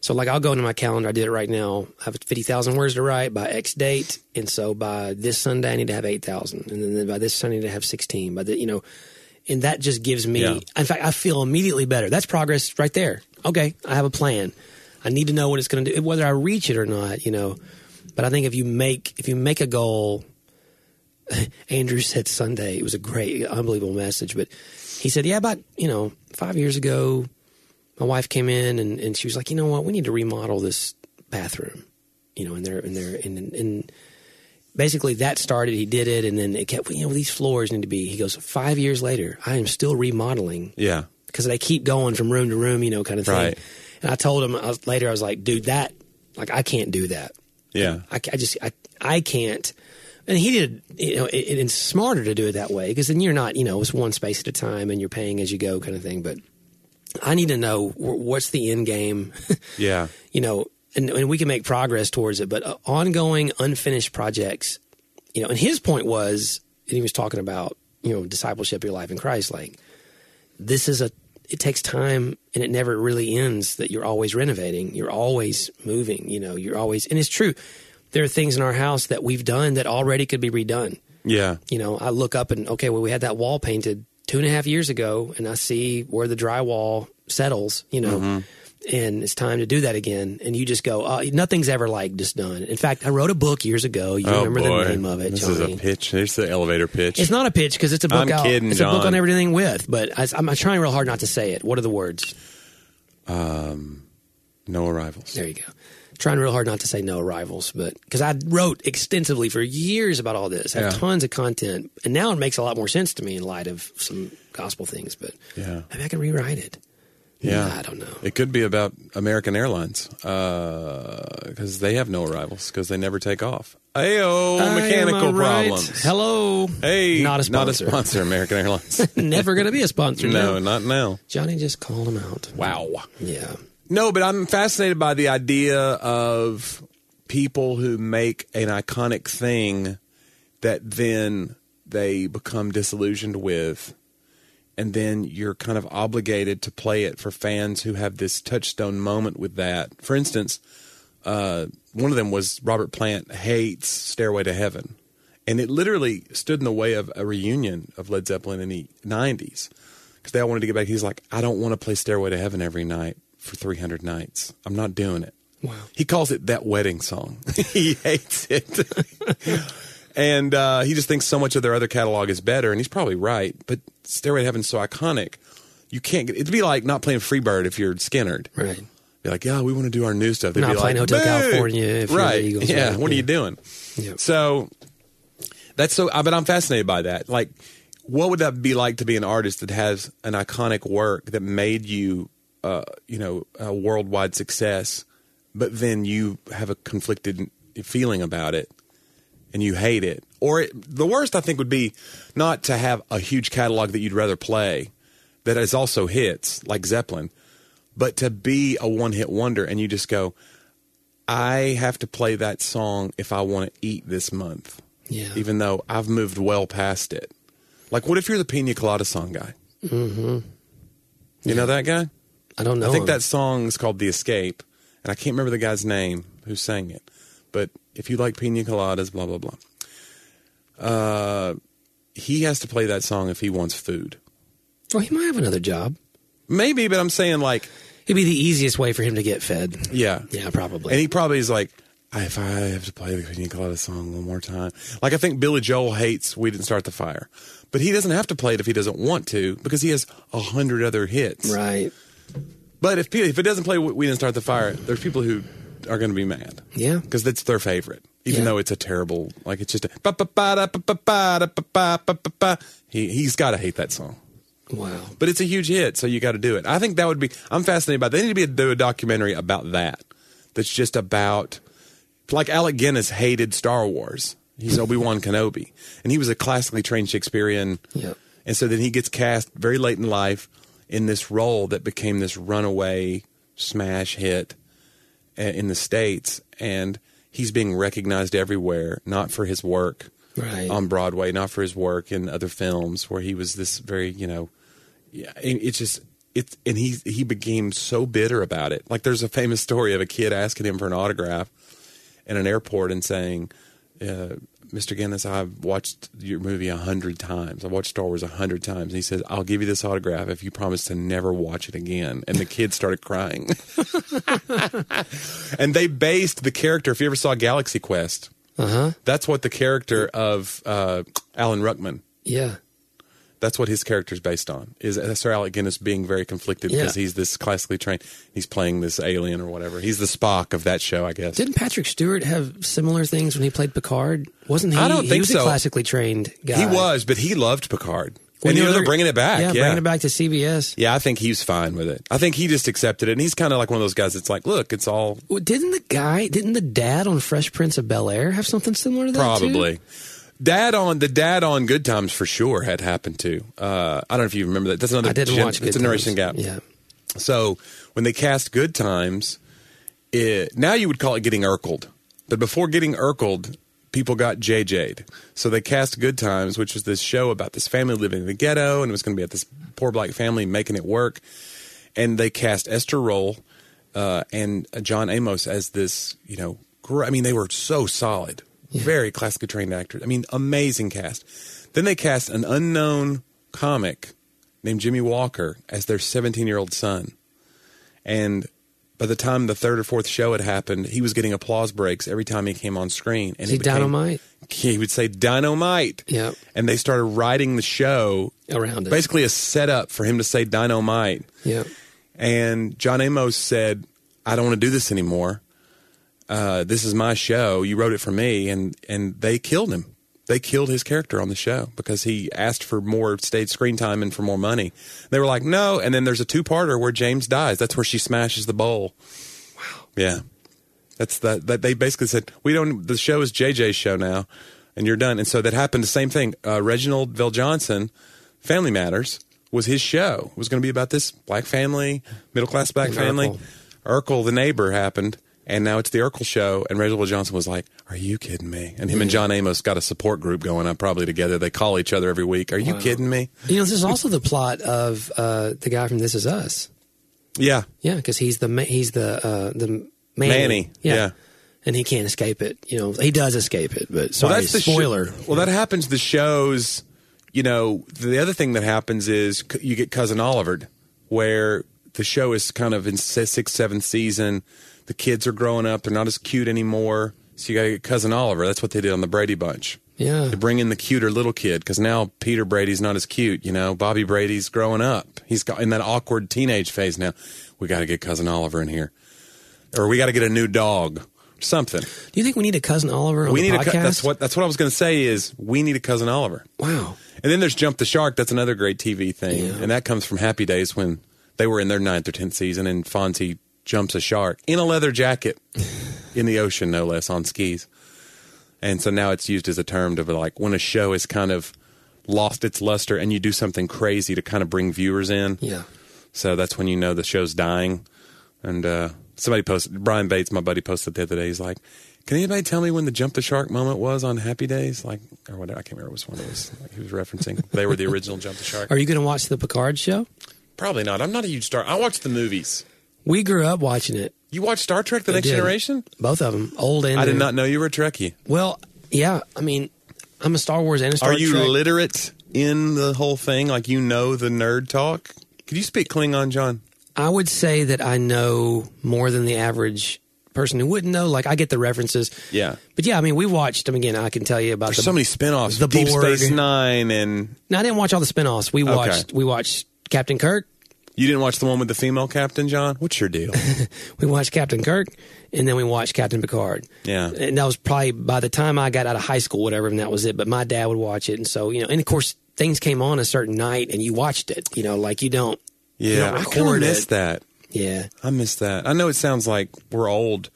Speaker 1: So, like, I'll go into my calendar. I did it right now. I have fifty thousand words to write by X date, and so by this Sunday I need to have eight thousand, and then by this Sunday I need to have sixteen. By the you know, and that just gives me.
Speaker 2: Yeah.
Speaker 1: In fact, I feel immediately better. That's progress right there. Okay, I have a plan. I need to know what it's going to do, whether I reach it or not. You know, but I think if you make if you make a goal Andrew said Sunday. It was a great, unbelievable message. But he said, yeah, about you know five years ago, my wife came in and, and she was like, you know what, we need to remodel this bathroom, you know, and there and there and and- and basically that started. He did it, and then it kept. You know, these floors need to be. He goes, five years later, I am still remodeling
Speaker 2: Yeah,
Speaker 1: because they keep going from room to room, you know, kind of thing.
Speaker 2: Right.
Speaker 1: And I told him I was, later, I was like, dude, that like I can't do that.
Speaker 2: yeah,
Speaker 1: I, ca- I just I I can't. And he did, you know, it, it's smarter to do it that way because then you're not, you know, it's one space at a time and you're paying as you go kind of thing. But I need to know wh- what's the end game,
Speaker 2: yeah.
Speaker 1: you know, and, and we can make progress towards it. But uh, ongoing unfinished projects, you know, and his point was, and he was talking about, you know, discipleship, your life in Christ, like this is a, it takes time and it never really ends that you're always renovating, you're always moving, you know, you're always, and it's true. There are things in our house that we've done that already could be redone
Speaker 2: Yeah,
Speaker 1: you know, I look up and okay, well, we had that wall painted two and a half years ago, and I see where the drywall settles, you know,
Speaker 2: Mm-hmm.
Speaker 1: and it's time to do that again. And you just go, uh, nothing's ever like just done. In fact, I wrote a book years ago. You remember the name of it,
Speaker 2: Oh, This
Speaker 1: Johnny?
Speaker 2: is a pitch. There's the elevator pitch.
Speaker 1: it's not a pitch because it's a book.
Speaker 2: I'm
Speaker 1: out-
Speaker 2: kidding,
Speaker 1: it's a book
Speaker 2: John.
Speaker 1: on everything with, but I, I'm trying real hard not to say it. What are the words?
Speaker 2: no arrivals.
Speaker 1: There you go. Trying real hard not to say no arrivals, but because I wrote extensively for years about all this, I have
Speaker 2: Yeah.
Speaker 1: tons of content, and now it makes a lot more sense to me in light of some gospel things. But
Speaker 2: Yeah.
Speaker 1: maybe I can rewrite it.
Speaker 2: Yeah,
Speaker 1: I don't know.
Speaker 2: It could be about American Airlines because they have no arrivals because they never take off. Ayo, mechanical problems.
Speaker 1: Hello.
Speaker 2: Hey,
Speaker 1: not a
Speaker 2: not a
Speaker 1: sponsor.
Speaker 2: sponsor, American Airlines.
Speaker 1: Never going to be a sponsor.
Speaker 2: no,
Speaker 1: no.
Speaker 2: not now.
Speaker 1: Johnny just called him out.
Speaker 2: Wow.
Speaker 1: Yeah.
Speaker 2: No, but I'm fascinated by the idea of people who make an iconic thing that then they become disillusioned with. And then you're kind of obligated to play it for fans who have this touchstone moment with that. For instance, uh, one of them was Robert Plant hates Stairway to Heaven. And it literally stood in the way of a reunion of Led Zeppelin in the 90s because they all wanted to get back. He's like, I don't want to play Stairway to Heaven every night for 300 nights. I'm not doing it.
Speaker 1: Wow.
Speaker 2: He calls it that wedding song. he hates it. and uh, he just thinks so much of their other catalog is better, and he's probably right. But Stairway to Heaven's so iconic, you can't. Get, it'd be like not playing Freebird if you're Skinnered.
Speaker 1: Right.
Speaker 2: Be like, yeah, we want to do our new stuff. They'd
Speaker 1: Not
Speaker 2: be
Speaker 1: playing
Speaker 2: like,
Speaker 1: Hotel
Speaker 2: "Boo!"
Speaker 1: California if you're the
Speaker 2: right?
Speaker 1: Eagles,
Speaker 2: yeah.
Speaker 1: right,
Speaker 2: What are
Speaker 1: yeah.
Speaker 2: you doing?
Speaker 1: Yep.
Speaker 2: So that's so. I but I'm fascinated by that. Like, what would that be like to be an artist that has an iconic work that made you, uh, you know, a worldwide success, but then you have a conflicted feeling about it and you hate it. Or it, the worst, I think, would be not to have a huge catalog that you'd rather play that is also hits, like Zeppelin, but to be a one hit wonder and you just go, I have to play that song if I want to eat this month,
Speaker 1: Yeah.
Speaker 2: even though I've moved well past it. Like, what if you're the Pina Colada song guy? Mm-hmm. You know that guy?
Speaker 1: I don't know.
Speaker 2: I think
Speaker 1: him.
Speaker 2: that song is called The Escape, and I can't remember the guy's name who sang it. But if you like pina coladas, blah blah blah. Uh, he has to play that song if he wants food.
Speaker 1: Well, he might have another job.
Speaker 2: Maybe, but I'm saying like,
Speaker 1: It'd be the easiest way for him to get fed.
Speaker 2: yeah,
Speaker 1: Yeah, probably.
Speaker 2: And he probably is like, "I- if I have to play the pina colada song one more time, like I think Billy Joel hates "We Didn't Start the Fire," but he doesn't have to play it if he doesn't want to because he has a hundred other hits.
Speaker 1: right.
Speaker 2: But if if it doesn't play "We Didn't Start the Fire," there's people who are going to be mad.
Speaker 1: Yeah.
Speaker 2: because that's their favorite, even
Speaker 1: Yeah.
Speaker 2: though it's a terrible. Like it's just a ba ba ba da ba ba ba da ba ba ba ba ba. He he's got to hate that song,
Speaker 1: Wow.
Speaker 2: but it's a huge hit, so you got to do it. I think that would be. I'm fascinated by. They need to be do a documentary about that. That's just about like Alec Guinness hated Star Wars. He's Obi Wan Kenobi, and he was a classically trained Shakespearean.
Speaker 1: Yep.
Speaker 2: And so then he gets cast very late in life in this role that became this runaway smash hit uh, in the states, and he's being recognized everywhere, not for his work
Speaker 1: Right.
Speaker 2: on Broadway, not for his work in other films where he was this very, you know, yeah, and it's just it's and he he became so bitter about it. Like there's a famous story of a kid asking him for an autograph in an airport and saying, uh, "Mr. Guinness, I've watched your movie a hundred times. I've watched Star Wars a hundred times." And he says, "I'll give you this autograph if you promise to never watch it again." And the kid started crying. and they based the character. If you ever saw Galaxy Quest,
Speaker 1: Uh huh.
Speaker 2: that's what the character of uh, Alan Ruckman.
Speaker 1: Yeah.
Speaker 2: That's what his character's based on. Is uh, Sir Alec Guinness being very conflicted
Speaker 1: Yeah.
Speaker 2: because he's this classically trained. He's playing this alien or whatever. He's the Spock of that show, I guess.
Speaker 1: Didn't Patrick Stewart have similar things when he played Picard? Wasn't he?
Speaker 2: I don't
Speaker 1: he
Speaker 2: think
Speaker 1: was a
Speaker 2: so.
Speaker 1: classically trained guy.
Speaker 2: He was, but he loved Picard,
Speaker 1: When
Speaker 2: and you
Speaker 1: the
Speaker 2: know
Speaker 1: other-
Speaker 2: they're bringing it back. Yeah,
Speaker 1: Yeah, bringing it back to CBS.
Speaker 2: Yeah, I think he's fine with it. I think he just accepted it, and he's kind of like one of those guys that's like, "Look, it's all
Speaker 1: Well, didn't the guy? Didn't the dad on Fresh Prince of Bel Air have something similar to that? too?
Speaker 2: probably." Dad on the dad on Good Times for sure had happened too. Uh, I don't know if you remember that. That's another.
Speaker 1: I didn't
Speaker 2: gen-
Speaker 1: watch. Good
Speaker 2: It's a generation
Speaker 1: Times.
Speaker 2: gap.
Speaker 1: Yeah.
Speaker 2: So when they cast Good Times, it, now you would call it getting Urkeled. But before getting Urkeled, people got JJ'd. So they cast Good Times, which was this show about this family living in the ghetto, and it was going to be at this poor black family making it work. And they cast Esther Roll uh, and uh, John Amos as this, you know, gr- I mean, they were so solid, very classically trained actors. I mean, amazing cast. Then they cast an unknown comic named Jimmy Walker as their 17 year old son. And by the time the third or fourth show had happened, he was getting applause breaks every time he came on screen. And
Speaker 1: Is he
Speaker 2: it became-
Speaker 1: dynamite?
Speaker 2: He would say dynamite.
Speaker 1: Yep.
Speaker 2: And they started writing the show
Speaker 1: Around it.
Speaker 2: Basically, a setup for him to say dynamite.
Speaker 1: Yeah.
Speaker 2: And John Amos said, I don't want to do this anymore. Uh, this is my show. You wrote it for me. And, and they killed him. They killed his character on the show because he asked for more stage screen time and for more money. They were like, no. And then there's a two parter where James dies. That's where she smashes the bowl. Wow. Yeah. That's that, that. They basically said, we don't, the show is JJ's show now and you're done. And so that happened the same thing. Uh, Reginald Vell Johnson, Family Matters, was his show. It was going to be about this black family, middle class black
Speaker 1: And
Speaker 2: family.
Speaker 1: Urkel.
Speaker 2: Urkel, the neighbor, happened, and now it's the Urkel show. And Reginald Johnson was like, "Are you kidding me?" And him and John Amos got a support group going up, probably together. They call each other every week. Are you kidding me?
Speaker 1: You know, this is also the plot of uh, the guy from This Is Us.
Speaker 2: Yeah,
Speaker 1: Yeah, because he's the ma- he's the uh, the Manny.
Speaker 2: Manny, yeah.
Speaker 1: and he can't escape it. You know, he does escape it, but sorry,
Speaker 2: Well, that's the sh-
Speaker 1: spoiler.
Speaker 2: well, that happens. The shows, you know, the other thing that happens is c- you get cousin Olivered, where the show is kind of in se- sixth, seventh season. the kids are growing up; they're not as cute anymore. So you got to get cousin Oliver. That's what they did on the Brady Bunch.
Speaker 1: Yeah.
Speaker 2: They bring in the cuter little kid because now Peter Brady's not as cute. You know, Bobby Brady's growing up. He's got in that awkward teenage phase now. We got to get cousin Oliver in here, or we got to get a new dog, something.
Speaker 1: Do you think we need a cousin Oliver on
Speaker 2: We
Speaker 1: the
Speaker 2: need a.
Speaker 1: podcast?
Speaker 2: cou- That's what. That's what I was going to say. Is we need a cousin Oliver.
Speaker 1: Wow.
Speaker 2: And then there's Jump the Shark. That's another great TV thing.
Speaker 1: Yeah.
Speaker 2: And that comes from Happy Days when they were in their ninth or tenth season and Fonzie jumps a shark in a leather jacket in the ocean, no less, on skis. And so now it's used as a term to be like when a show is kind of lost its luster and you do something crazy to kind of bring viewers in.
Speaker 1: Yeah.
Speaker 2: So that's when you know the show's dying. And uh, somebody posted, Brian Bates, my buddy, posted the other day. He's like, "Can anybody tell me when the jump the shark moment was on Happy Days?" Like, or whatever. I can't remember which one it was. Like, he was referencing. they were the original jump the shark.
Speaker 1: Are you going to watch the Picard show?
Speaker 2: Probably not. I'm not a huge star. I watched the movies.
Speaker 1: We grew up watching it.
Speaker 2: You watched Star Trek: The Next
Speaker 1: did.
Speaker 2: Generation?
Speaker 1: Both of them, old and
Speaker 2: I did
Speaker 1: new.
Speaker 2: not know you were a Trekkie.
Speaker 1: Well, yeah. I mean, I'm a Star Wars and a Star
Speaker 2: Are you
Speaker 1: Trek.
Speaker 2: literate in the whole thing? Like you know the nerd talk? Could you speak Klingon, John?
Speaker 1: I would say that I know more than the average person who wouldn't know. Like I get the references.
Speaker 2: Yeah.
Speaker 1: But yeah, I mean, we watched them again. I can tell you about
Speaker 2: There's
Speaker 1: the,
Speaker 2: so many spinoffs.
Speaker 1: the
Speaker 2: Deep
Speaker 1: Borg.
Speaker 2: Space Nine, and
Speaker 1: No, I didn't watch all the spinoffs. We watched we watched Captain Kirk.
Speaker 2: you didn't watch the one with the female captain, John. What's your deal?
Speaker 1: We watched Captain Kirk, and then we watched Captain Picard.
Speaker 2: Yeah.
Speaker 1: and that was probably by the time I got out of high school, whatever, and that was it. But my dad would watch it, and so you know, and of course, things came on a certain night, and you watched it. You know, like you don't. you
Speaker 2: Yeah,
Speaker 1: don't
Speaker 2: I kind of
Speaker 1: record
Speaker 2: miss
Speaker 1: it.
Speaker 2: that.
Speaker 1: Yeah,
Speaker 2: I miss that. I know it sounds like we're old,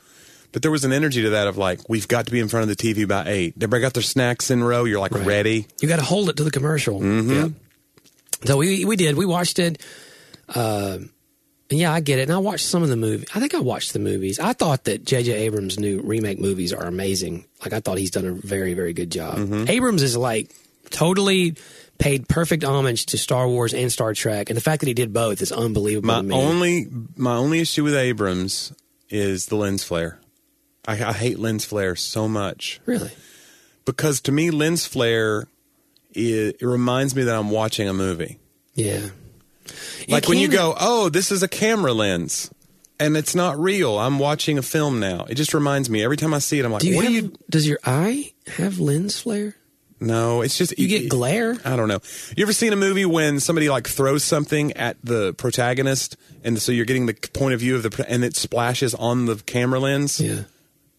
Speaker 2: but there was an energy to that of like we've got to be in front of the TV by eight. Everybody got their snacks in row. You're like ready.
Speaker 1: you got to hold it to the commercial.
Speaker 2: Mm-hmm.
Speaker 1: Yeah. So we we did. We watched it. Uh, and yeah, I get it. And I watched some of the movie. I think I watched the movies. I thought that J.J. Abrams' new remake movies are amazing. Like I thought he's done a very very good job.
Speaker 2: Mm-hmm.
Speaker 1: Abrams is like totally paid perfect homage to Star Wars and Star Trek, and the fact that he did both is unbelievable.
Speaker 2: My
Speaker 1: to me.
Speaker 2: only my only issue with Abrams is the lens flare. I, I hate lens flare so much
Speaker 1: really.
Speaker 2: because to me lens flare it, it reminds me that I'm watching a movie.
Speaker 1: Yeah.
Speaker 2: Like when you
Speaker 1: can-
Speaker 2: go, oh, this is a camera lens. And it's not real. I'm watching a film now. It just reminds me every time I see it. I'm like,
Speaker 1: do you
Speaker 2: what
Speaker 1: have,
Speaker 2: are you?
Speaker 1: does your eye have lens flare?
Speaker 2: No, it's just e-,
Speaker 1: You get glare.
Speaker 2: I don't know. You ever seen a movie when somebody like throws something at the protagonist, and so you're getting the point of view of the, pro- and it splashes on the camera lens.
Speaker 1: Yeah.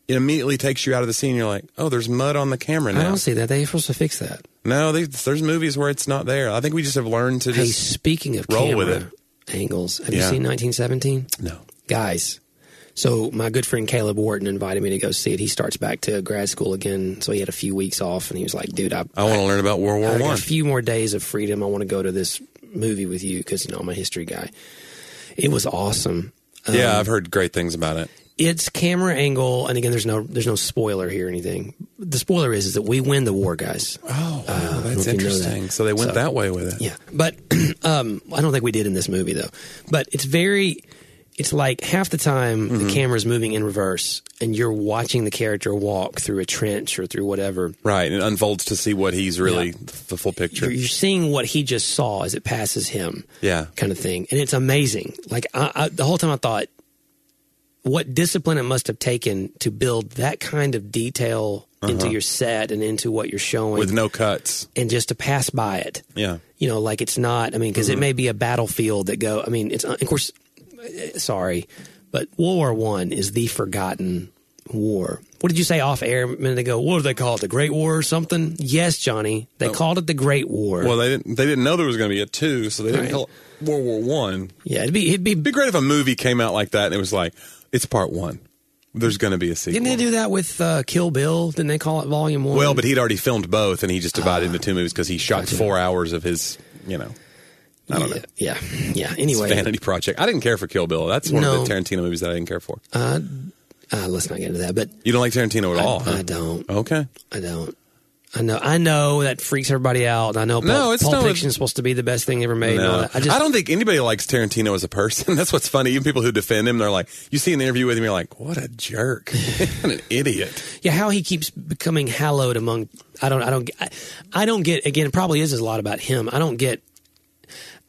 Speaker 2: It immediately takes you out of the scene. You're like, oh, there's mud on the camera
Speaker 1: I
Speaker 2: now.
Speaker 1: don't see that. They're supposed to fix that.
Speaker 2: No, they, there's movies where it's not there. I think we just have learned to
Speaker 1: Hey,
Speaker 2: just
Speaker 1: speaking of
Speaker 2: roll
Speaker 1: camera
Speaker 2: with
Speaker 1: angles, have you
Speaker 2: Yeah.
Speaker 1: seen 1917?
Speaker 2: no.
Speaker 1: Guys, so my good friend Caleb Wharton invited me to go see it. He starts back to grad school again, so he had a few weeks off, and he was like, "Dude, I,
Speaker 2: I want to learn about World War
Speaker 1: I got
Speaker 2: One.
Speaker 1: a few more days of freedom. I want to go to this movie with you because you know I'm a history guy." It was awesome. Uh,
Speaker 2: yeah, I've heard great things about it.
Speaker 1: It's camera angle, and again, there's no there's no spoiler here or anything. The spoiler is is that we win the war, guys.
Speaker 2: Oh,
Speaker 1: if
Speaker 2: wow, that's
Speaker 1: you know that.
Speaker 2: interesting. So they went that way with it.
Speaker 1: Yeah, but um, I don't think we did in this movie though. But it's very, it's like half the time
Speaker 2: Mm-hmm.
Speaker 1: the camera's moving in reverse, and you're watching the character walk through a trench or through whatever.
Speaker 2: Right, and it unfolds to see what he's really
Speaker 1: Yeah.
Speaker 2: the full picture.
Speaker 1: You're, you're seeing what he just saw as it passes him.
Speaker 2: Yeah.
Speaker 1: kind of thing, and it's amazing. Like I, I, the whole time I thought, what discipline it must have taken to build that kind of detail into your set and into what you're showing,
Speaker 2: Uh-huh. With no cuts.
Speaker 1: and just to pass by it.
Speaker 2: Yeah.
Speaker 1: you know like it's not i mean because
Speaker 2: Mm-hmm.
Speaker 1: it may be a battlefield that go i mean it's uh, of course eh, sorry but world war one is the forgotten war what did you say off air a minute ago what do they call it the great war or something yes johnny they called it the great war
Speaker 2: Oh. Well, they didn't. They didn't know there was going to be a two, so they didn't
Speaker 1: Right.
Speaker 2: call it World War One.
Speaker 1: yeah it'd be it'd be
Speaker 2: It'd be great if a movie came out like that and it was like, it's part one. There's going to be a sequel.
Speaker 1: didn't they do that with uh, kill bill didn't they call it volume one
Speaker 2: well, but he'd already filmed both, and he just divided into two movies because he shot four hours of his, you know,
Speaker 1: i don't know yeah yeah anyway
Speaker 2: vanity project. I didn't care for Kill Bill. That's one
Speaker 1: No.
Speaker 2: of the Tarantino movies that I didn't care for.
Speaker 1: uh, let's not get into that but
Speaker 2: you don't like Tarantino at all?
Speaker 1: i
Speaker 2: huh?
Speaker 1: don't
Speaker 2: Okay.
Speaker 1: I don't. I know. I know that freaks everybody out. I know. Pulp,
Speaker 2: No, it's
Speaker 1: Pulp
Speaker 2: not-
Speaker 1: Fiction's supposed to be the best thing ever made. and all
Speaker 2: No.
Speaker 1: that. I just.
Speaker 2: don't think anybody likes Tarantino as a person. That's what's funny. Even people who defend him, they're like, you see an interview with him, you're like, what a jerk, what an idiot.
Speaker 1: Yeah, how he keeps becoming hallowed among. I don't. I don't. I, I don't get. Again, it probably is a lot about him. I don't get.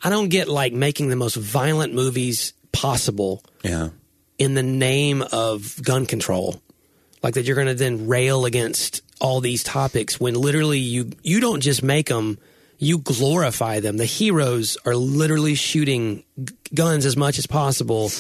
Speaker 1: I don't get like making the most violent movies possible
Speaker 2: Yeah.
Speaker 1: in the name of gun control. Like that you're going to then rail against all these topics when literally you you don't just make them, you glorify them. The heroes are literally shooting g- guns as much as possible.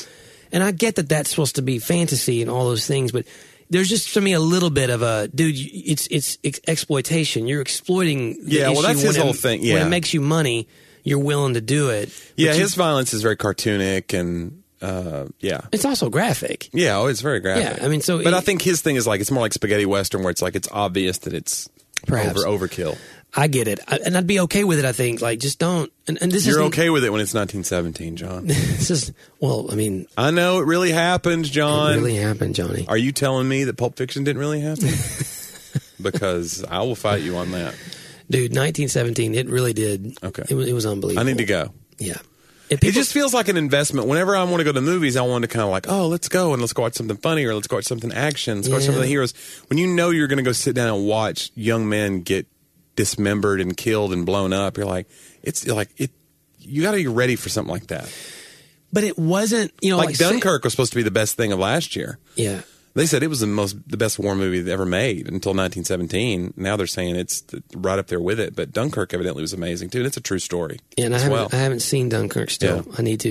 Speaker 1: And I get that that's supposed to be fantasy and all those things, but there's just to me a little bit of a dude. you- It's it's, it's exploitation. You're exploiting. The
Speaker 2: Yeah, well,
Speaker 1: issue
Speaker 2: that's
Speaker 1: when
Speaker 2: his
Speaker 1: it-
Speaker 2: whole thing,
Speaker 1: when
Speaker 2: yeah.
Speaker 1: it makes you money, you're willing to do it.
Speaker 2: Yeah,
Speaker 1: But you-
Speaker 2: his violence is very cartoonic and uh, yeah.
Speaker 1: it's also graphic.
Speaker 2: Yeah, oh, it's very graphic.
Speaker 1: Yeah, I mean, so
Speaker 2: but
Speaker 1: it-
Speaker 2: I think his thing is like it's more like spaghetti western, where it's like it's obvious that it's
Speaker 1: Perhaps.
Speaker 2: over overkill.
Speaker 1: I get it, I, and I'd be okay with it. I think like just don't. And, and this
Speaker 2: You're
Speaker 1: is
Speaker 2: okay with it when it's 1917, John.
Speaker 1: This is well, I mean,
Speaker 2: I know it really happened,
Speaker 1: it
Speaker 2: John.
Speaker 1: really happened, Johnny.
Speaker 2: Are you telling me that Pulp Fiction didn't really happen? because I will fight you on that.
Speaker 1: Dude, 1917, it really did.
Speaker 2: Okay.
Speaker 1: it, wa- it was unbelievable.
Speaker 2: I need to go.
Speaker 1: Yeah, If
Speaker 2: It
Speaker 1: people-
Speaker 2: just feels like an investment. Whenever I want to go to movies, I want to kind of like, oh, let's go and let's go watch something funny or let's go watch something action. Let's go watch
Speaker 1: Yeah.
Speaker 2: something heroes. When you know you're going to go sit down and watch young men get dismembered and killed and blown up, you're like, it's you're like it. You got to be ready for something like that.
Speaker 1: but it wasn't. You know,
Speaker 2: Like,
Speaker 1: like, say-
Speaker 2: Dunkirk was supposed to be the best thing of last year.
Speaker 1: yeah,
Speaker 2: They said it was the most the best war movie they ever made until 1917. Now they're saying it's th- right up there with it. But Dunkirk evidently was amazing too, and it's a true story.
Speaker 1: yeah, and I
Speaker 2: as
Speaker 1: haven't,
Speaker 2: well.
Speaker 1: I haven't seen Dunkirk still.
Speaker 2: Yeah.
Speaker 1: I need to.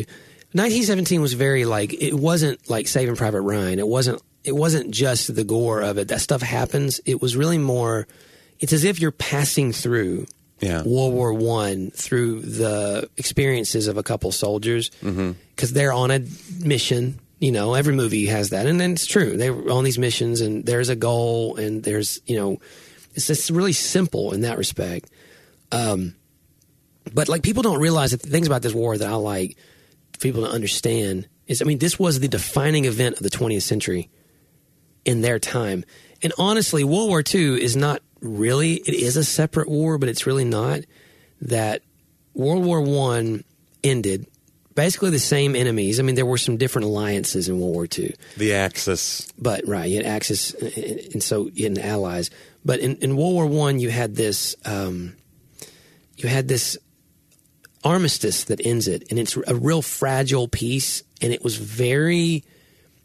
Speaker 1: 1917 was very like it wasn't like Saving Private Ryan. It wasn't. It wasn't just the gore of it. That stuff happens. It was really more. It's as if you're passing through
Speaker 2: yeah,
Speaker 1: World War One through the experiences of a couple soldiers because they're on a mission. You know, every movie has that, and, then it's true. They were on these missions, and there's a goal, and there's you know, it's just really simple in that respect. Um, but like people don't realize that the things about this war that I like people to understand is, I mean, this was the defining event of the 20th century in their time. And honestly, World War II is not really it is a separate war, but it's really not that World War One ended basically the same enemies. I mean, there were some different alliances in World War II,
Speaker 2: the Axis.
Speaker 1: but right, you had Axis uh, and and so you had allies. But in, in World War One, you had this um, you had this armistice that ends it, and it's a real fragile piece, and it was very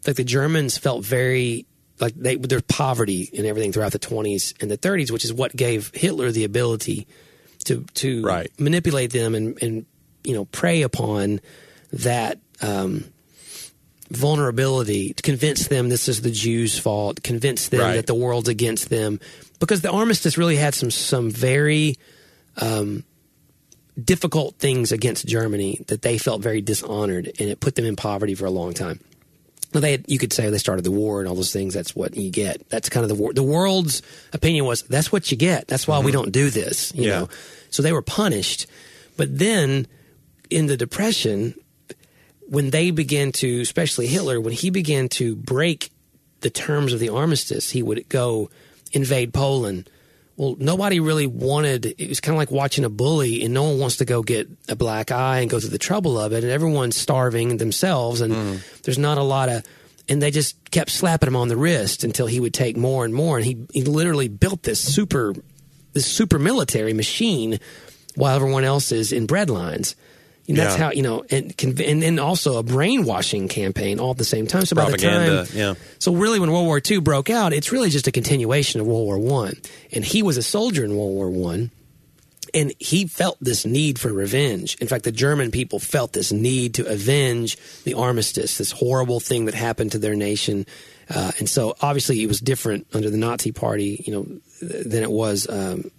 Speaker 1: like the Germans felt very like they their poverty and everything throughout the 20s and the 30s, which is what gave Hitler the ability to to
Speaker 2: Right.
Speaker 1: manipulate them and and you know prey upon that um, vulnerability to convince them this is the Jews' fault, convince them
Speaker 2: Right.
Speaker 1: that the world's against them, because the armistice really had some some very um, difficult things against Germany that they felt very dishonored, and it put them in poverty for a long time. Now they, had, you could say they started the war and all those things. That's what you get. That's kind of the war. The world's opinion was that's what you get. That's why we don't do this. You
Speaker 2: Mm-hmm. Yeah.
Speaker 1: know, so they were punished. But then in the Depression, when they began to, especially Hitler, when he began to break the terms of the armistice, he would go invade Poland. Well, nobody really wanted. It was kind of like watching a bully, and no one wants to go get a black eye and go through the trouble of it. And everyone's starving themselves, and there's not a lot of. And they just kept slapping him on the wrist until he would take more and more. And he he literally built this super this super military machine while everyone else is in breadlines. And that's
Speaker 2: Yeah.
Speaker 1: how you know, and conv- and then also a brainwashing campaign all at the same time. So by the
Speaker 2: Propaganda,
Speaker 1: time,
Speaker 2: yeah.
Speaker 1: So really, when World War II broke out, it's really just a continuation of World War One. And he was a soldier in World War One, and he felt this need for revenge. In fact, the German people felt this need to avenge the armistice, this horrible thing that happened to their nation. Uh, and so, obviously, it was different under the Nazi Party, you know, th- than it was um,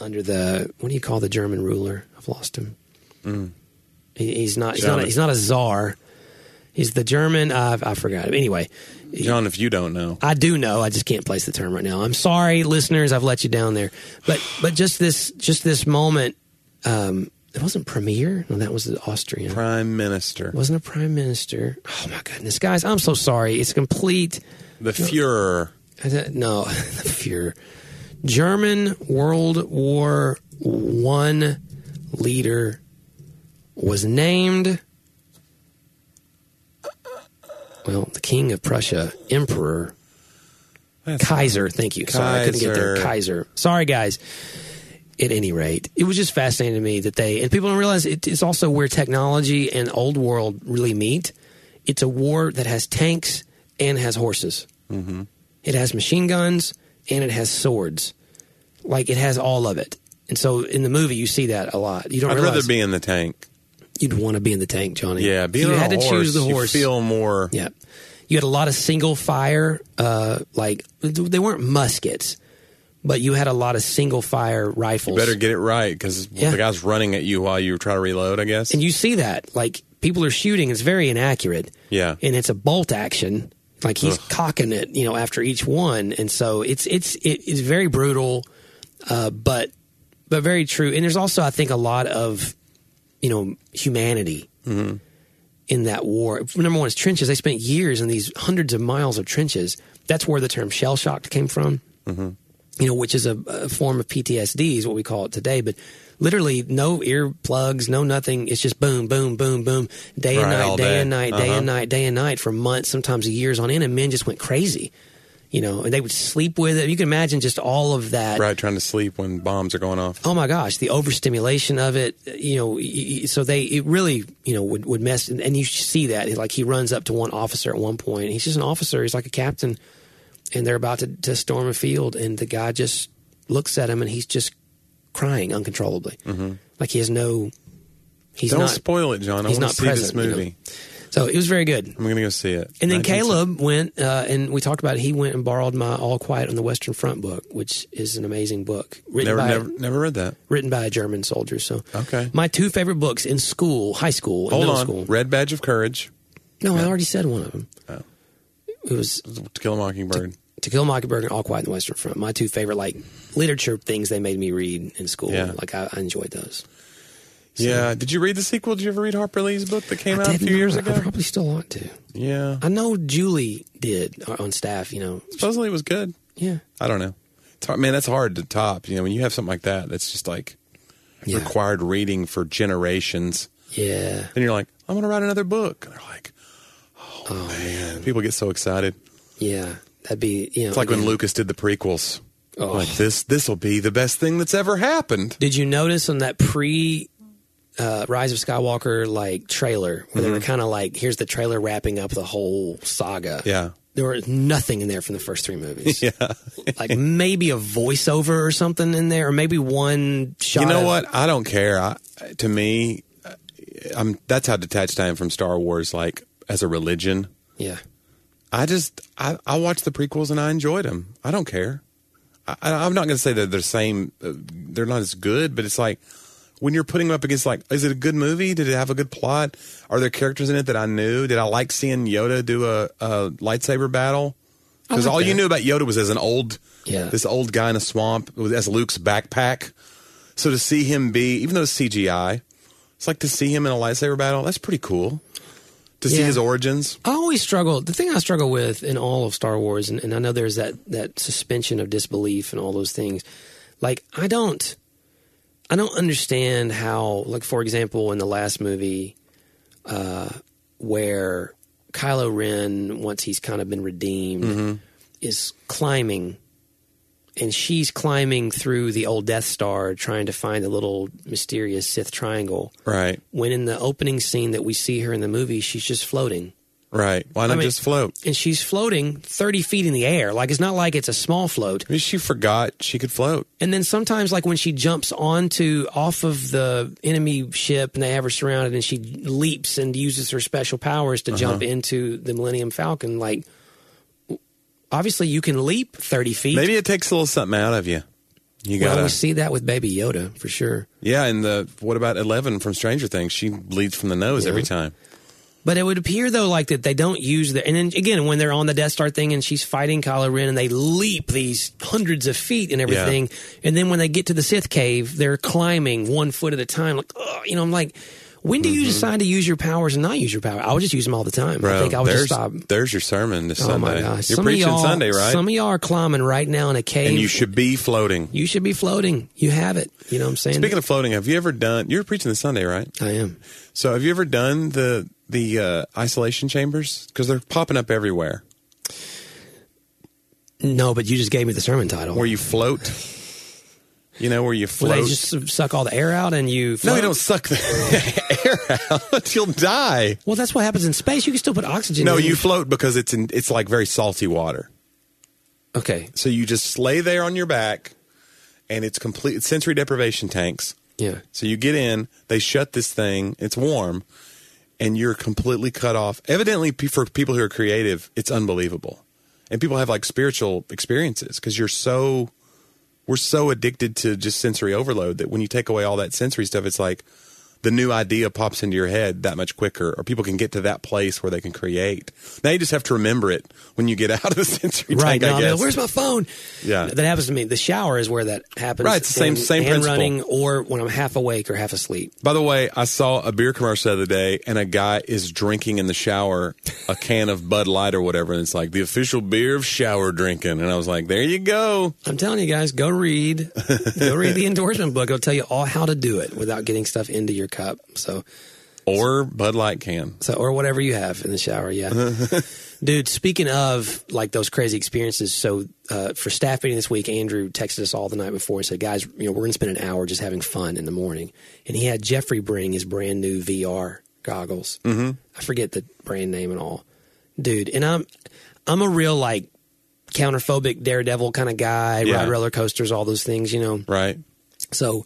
Speaker 1: under the what do you call the German ruler? I've lost him. He, he's not. He's not, a,
Speaker 2: German.
Speaker 1: he's not a czar. He's the German. Uh, I forgot him. Anyway,
Speaker 2: John, if you don't know,
Speaker 1: I do know. I just can't place the term right now. I'm sorry, listeners. I've let you down there. But but just this just this moment. Um, it wasn't premier. No, that was the Austrian.
Speaker 2: Prime Minister,
Speaker 1: wasn't a prime minister. Oh my goodness, guys! I'm so sorry. It's complete.
Speaker 2: the Fuhrer.
Speaker 1: I don't- No, the Fuhrer. German World War One leader was named. Well, the King of Prussia, Emperor
Speaker 2: That's-
Speaker 1: Kaiser. Thank you. Sorry, I couldn't get there.
Speaker 2: Kaiser.
Speaker 1: Kaiser. Sorry, guys. At any rate, it was just fascinating to me that they and people don't realize it, it's also where technology and old world really meet. It's a war that has tanks and has horses.
Speaker 2: Mm-hmm.
Speaker 1: It has machine guns and it has swords. Like it has all of it. And so in the movie, you see that a lot. You don't
Speaker 2: I'd
Speaker 1: realize
Speaker 2: rather be in the tank.
Speaker 1: you'd want to be in the tank, Johnny.
Speaker 2: Yeah, being
Speaker 1: you
Speaker 2: on
Speaker 1: had
Speaker 2: a
Speaker 1: to
Speaker 2: horse,
Speaker 1: choose the horse.
Speaker 2: You feel more.
Speaker 1: Yeah. You had a lot of single fire, uh, like they weren't muskets, but you had a lot of single fire rifles.
Speaker 2: Better get it right because
Speaker 1: Yeah.
Speaker 2: the guy's running at you while you try to reload. I guess.
Speaker 1: and you see that, like people are shooting, it's very inaccurate.
Speaker 2: Yeah.
Speaker 1: And it's a bolt action. Like he's cocking it, you know, after each one. And so it's it's it is very brutal, uh, but but very true. And there's also I think a lot of, you know, humanity in that war. Number one is trenches. They spent years in these hundreds of miles of trenches. That's where the term shell shocked came from, you know, which is a, a form of PTSD, is what we call it today. But literally, no earplugs, no nothing. It's just boom, boom, boom, boom, day and
Speaker 2: Right,
Speaker 1: night,
Speaker 2: all
Speaker 1: day,
Speaker 2: day.
Speaker 1: and night, day
Speaker 2: Uh-huh.
Speaker 1: and night, day and night for months, sometimes years on end. And men just went crazy, you know, and they would sleep with it. You can imagine just all of that
Speaker 2: right, trying to sleep when bombs are going off.
Speaker 1: oh my gosh, the overstimulation of it, you know, y- y- so they, it really, you know, would, would mess. And, and you see that, like he runs up to one officer at one point. He's just an officer. He's like a captain and they're about to, to storm a field. And the guy just looks at him and he's just crying uncontrollably. Like he has no, he's
Speaker 2: Mm-hmm. Don't
Speaker 1: not.
Speaker 2: spoil it, John. I
Speaker 1: he's
Speaker 2: want
Speaker 1: not
Speaker 2: to see this
Speaker 1: present, you know.
Speaker 2: movie.
Speaker 1: so it was very good.
Speaker 2: I'm gonna go see it.
Speaker 1: And then
Speaker 2: 1970.
Speaker 1: Caleb went, uh, and we talked about it. He went and borrowed my All Quiet on the Western Front book, which is an amazing book. Written
Speaker 2: Never,
Speaker 1: by,
Speaker 2: never, never read that.
Speaker 1: written by a German soldier. So,
Speaker 2: Okay.
Speaker 1: my two favorite books in school, high school, and
Speaker 2: Hold
Speaker 1: middle
Speaker 2: on.
Speaker 1: school.
Speaker 2: Red Badge of Courage,
Speaker 1: No, I already said one of them.
Speaker 2: Oh.
Speaker 1: It was
Speaker 2: To Kill a Mockingbird.
Speaker 1: To Kill a Mockingbird and All Quiet on the Western Front. My two favorite like literature things they made me read in school.
Speaker 2: Yeah.
Speaker 1: Like I, I enjoyed those.
Speaker 2: yeah. Did you read the sequel? Did you ever read Harper Lee's book that came
Speaker 1: I
Speaker 2: out a
Speaker 1: did
Speaker 2: few years
Speaker 1: not.
Speaker 2: ago?
Speaker 1: I probably still ought to.
Speaker 2: yeah.
Speaker 1: I know Julie did uh, on staff. You know,
Speaker 2: Supposedly it was good.
Speaker 1: yeah,
Speaker 2: I don't know. It's hard, man, that's hard to top. You know, when you have something like that, that's just like
Speaker 1: Yeah.
Speaker 2: required reading for generations.
Speaker 1: yeah.
Speaker 2: Then you're like, I'm going to write another book. And they're like, oh, man. People get so excited.
Speaker 1: Yeah, that'd be you know.
Speaker 2: It's like when Lucas did the prequels.
Speaker 1: Oh.
Speaker 2: Like this, this will be the best thing that's ever happened.
Speaker 1: Did you notice on that pre uh, Rise of Skywalker like trailer where
Speaker 2: Mm-hmm.
Speaker 1: they were kind of like, here's the trailer wrapping up the whole saga?
Speaker 2: Yeah.
Speaker 1: There was nothing in there from the first three movies.
Speaker 2: Yeah.
Speaker 1: like maybe a voiceover or something in there, or maybe one shot.
Speaker 2: You know
Speaker 1: of-
Speaker 2: what? I don't care. I, to me, uh, I'm that's how detached I am from Star Wars. Like as a religion,
Speaker 1: Yeah.
Speaker 2: I just I, I watched the prequels and I enjoyed them. I don't care. I, I- I'm not going to say that they're the same. uh, They're not as good, but it's like when you're putting them up against like, is it a good movie? Did it have a good plot? Are there characters in it that I knew? Did I like seeing Yoda do a, a lightsaber battle? Because
Speaker 1: like
Speaker 2: all you
Speaker 1: that.
Speaker 2: knew about Yoda was as an old,
Speaker 1: Yeah.
Speaker 2: this old guy in a swamp with- as Luke's backpack. So to see him be, even though it's CGI, it's like to see him in a lightsaber battle. That's pretty cool. To see
Speaker 1: Yeah.
Speaker 2: his origins.
Speaker 1: I always struggle. The thing I struggle with in all of Star Wars, and, and I know there's that, that suspension of disbelief and all those things. Like I don't, I don't understand how. Like for example, in the last movie, uh, where Kylo Ren, once he's kind of been redeemed, is climbing, and she's climbing through the old Death Star, trying to find the little mysterious Sith triangle.
Speaker 2: Right.
Speaker 1: When in the opening scene that we see her in the movie, she's just floating
Speaker 2: Right. Why not
Speaker 1: mean-
Speaker 2: just float?
Speaker 1: and she's floating 30 feet in the air. Like, it's not like it's a small float.
Speaker 2: I mean, she forgot she could float.
Speaker 1: And then sometimes, like, when she jumps onto off of the enemy ship and they have her surrounded and she leaps and uses her special powers to jump
Speaker 2: Uh-huh.
Speaker 1: into the Millennium Falcon, like, w- obviously you can leap 30 feet.
Speaker 2: Maybe it takes a little something out of you. You
Speaker 1: we
Speaker 2: gotta,
Speaker 1: always see that with Baby Yoda for sure.
Speaker 2: yeah. And the what about Eleven from Stranger Things? She bleeds from the nose every time.
Speaker 1: But it would appear though, like that they don't use the. And then again, when they're on the Death Star thing and she's fighting Kylo Ren, and they leap these hundreds of feet and everything, and then when they get to the Sith cave, they're climbing one foot at a time. Like, ugh, you know, I'm like, when do
Speaker 2: Mm-hmm.
Speaker 1: you decide to use your powers and not use your power? I would just use them all the time. I think I would
Speaker 2: there's,
Speaker 1: just stop.
Speaker 2: there's your sermon this
Speaker 1: Oh
Speaker 2: Sunday.
Speaker 1: my gosh!
Speaker 2: You're
Speaker 1: some
Speaker 2: preaching
Speaker 1: of y'all,
Speaker 2: Sunday, right?
Speaker 1: Some of y'all are climbing right now in a cave.
Speaker 2: and you should be floating.
Speaker 1: You should be floating. You have it. You know what I'm saying?
Speaker 2: Speaking of floating, have you ever done? You're preaching this Sunday, right?
Speaker 1: I am.
Speaker 2: So have you ever done the the uh, isolation chambers? Because they're popping up everywhere.
Speaker 1: No, but you just gave me the sermon title.
Speaker 2: Where you float. You know where you float.
Speaker 1: Where they just suck all the air out and you.
Speaker 2: no, you
Speaker 1: float?
Speaker 2: don't suck the air out. You'll die.
Speaker 1: Well, that's what happens in space. You can still put oxygen.
Speaker 2: No,
Speaker 1: in.
Speaker 2: you float because it's in, it's like very salty water.
Speaker 1: Okay.
Speaker 2: So you just lay there on your back, and it's complete it's sensory deprivation tanks.
Speaker 1: Yeah.
Speaker 2: So you get in, they shut this thing, it's warm, and you're completely cut off. Evidently, pe- for people who are creative, it's unbelievable. And people have like spiritual experiences because you're so, we're so addicted to just sensory overload that when you take away all that sensory stuff, it's like the new idea pops into your head that much quicker, or people can get to that place where they can create. Now you just have to remember it when you get out of the sensory
Speaker 1: Right.
Speaker 2: tank,
Speaker 1: No,
Speaker 2: I
Speaker 1: I'm like,
Speaker 2: guess.
Speaker 1: Where's my phone?
Speaker 2: Yeah.
Speaker 1: That happens to me. The shower is where that happens.
Speaker 2: Right, it's the same-
Speaker 1: and
Speaker 2: same
Speaker 1: hand
Speaker 2: principle.
Speaker 1: running or when I'm half awake or half asleep.
Speaker 2: By the way, I saw a beer commercial the other day, and a guy is drinking in the shower a can of Bud Light or whatever, and it's like the official beer of shower drinking. And I was like, there you go.
Speaker 1: I'm telling you guys, go read, go read the endorsement book. It'll tell you all how to do it without getting stuff into your cup. So,
Speaker 2: Or Bud Light can.
Speaker 1: so or whatever you have in the shower. Yeah. Dude, speaking of like those crazy experiences, so uh, for staff meeting this week, Andrew texted us all the night before and said, "Guys, you know we're going to spend an hour just having fun in the morning." And he had Jeffrey bring his brand new VR goggles. Mm-hmm. I forget the brand name and all, dude. And I'm I'm a real like counterphobic daredevil kind of guy.
Speaker 2: Yeah.
Speaker 1: Ride roller coasters, all those things, you know.
Speaker 2: Right?
Speaker 1: So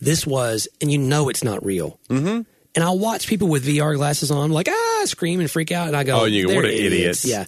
Speaker 1: this was, and you know it's not real. Mm-hmm. And I'll watch people with VR glasses on, like, ah, scream and freak out. And I go,
Speaker 2: Oh, you go,
Speaker 1: "They're
Speaker 2: what are idiots."
Speaker 1: Yeah.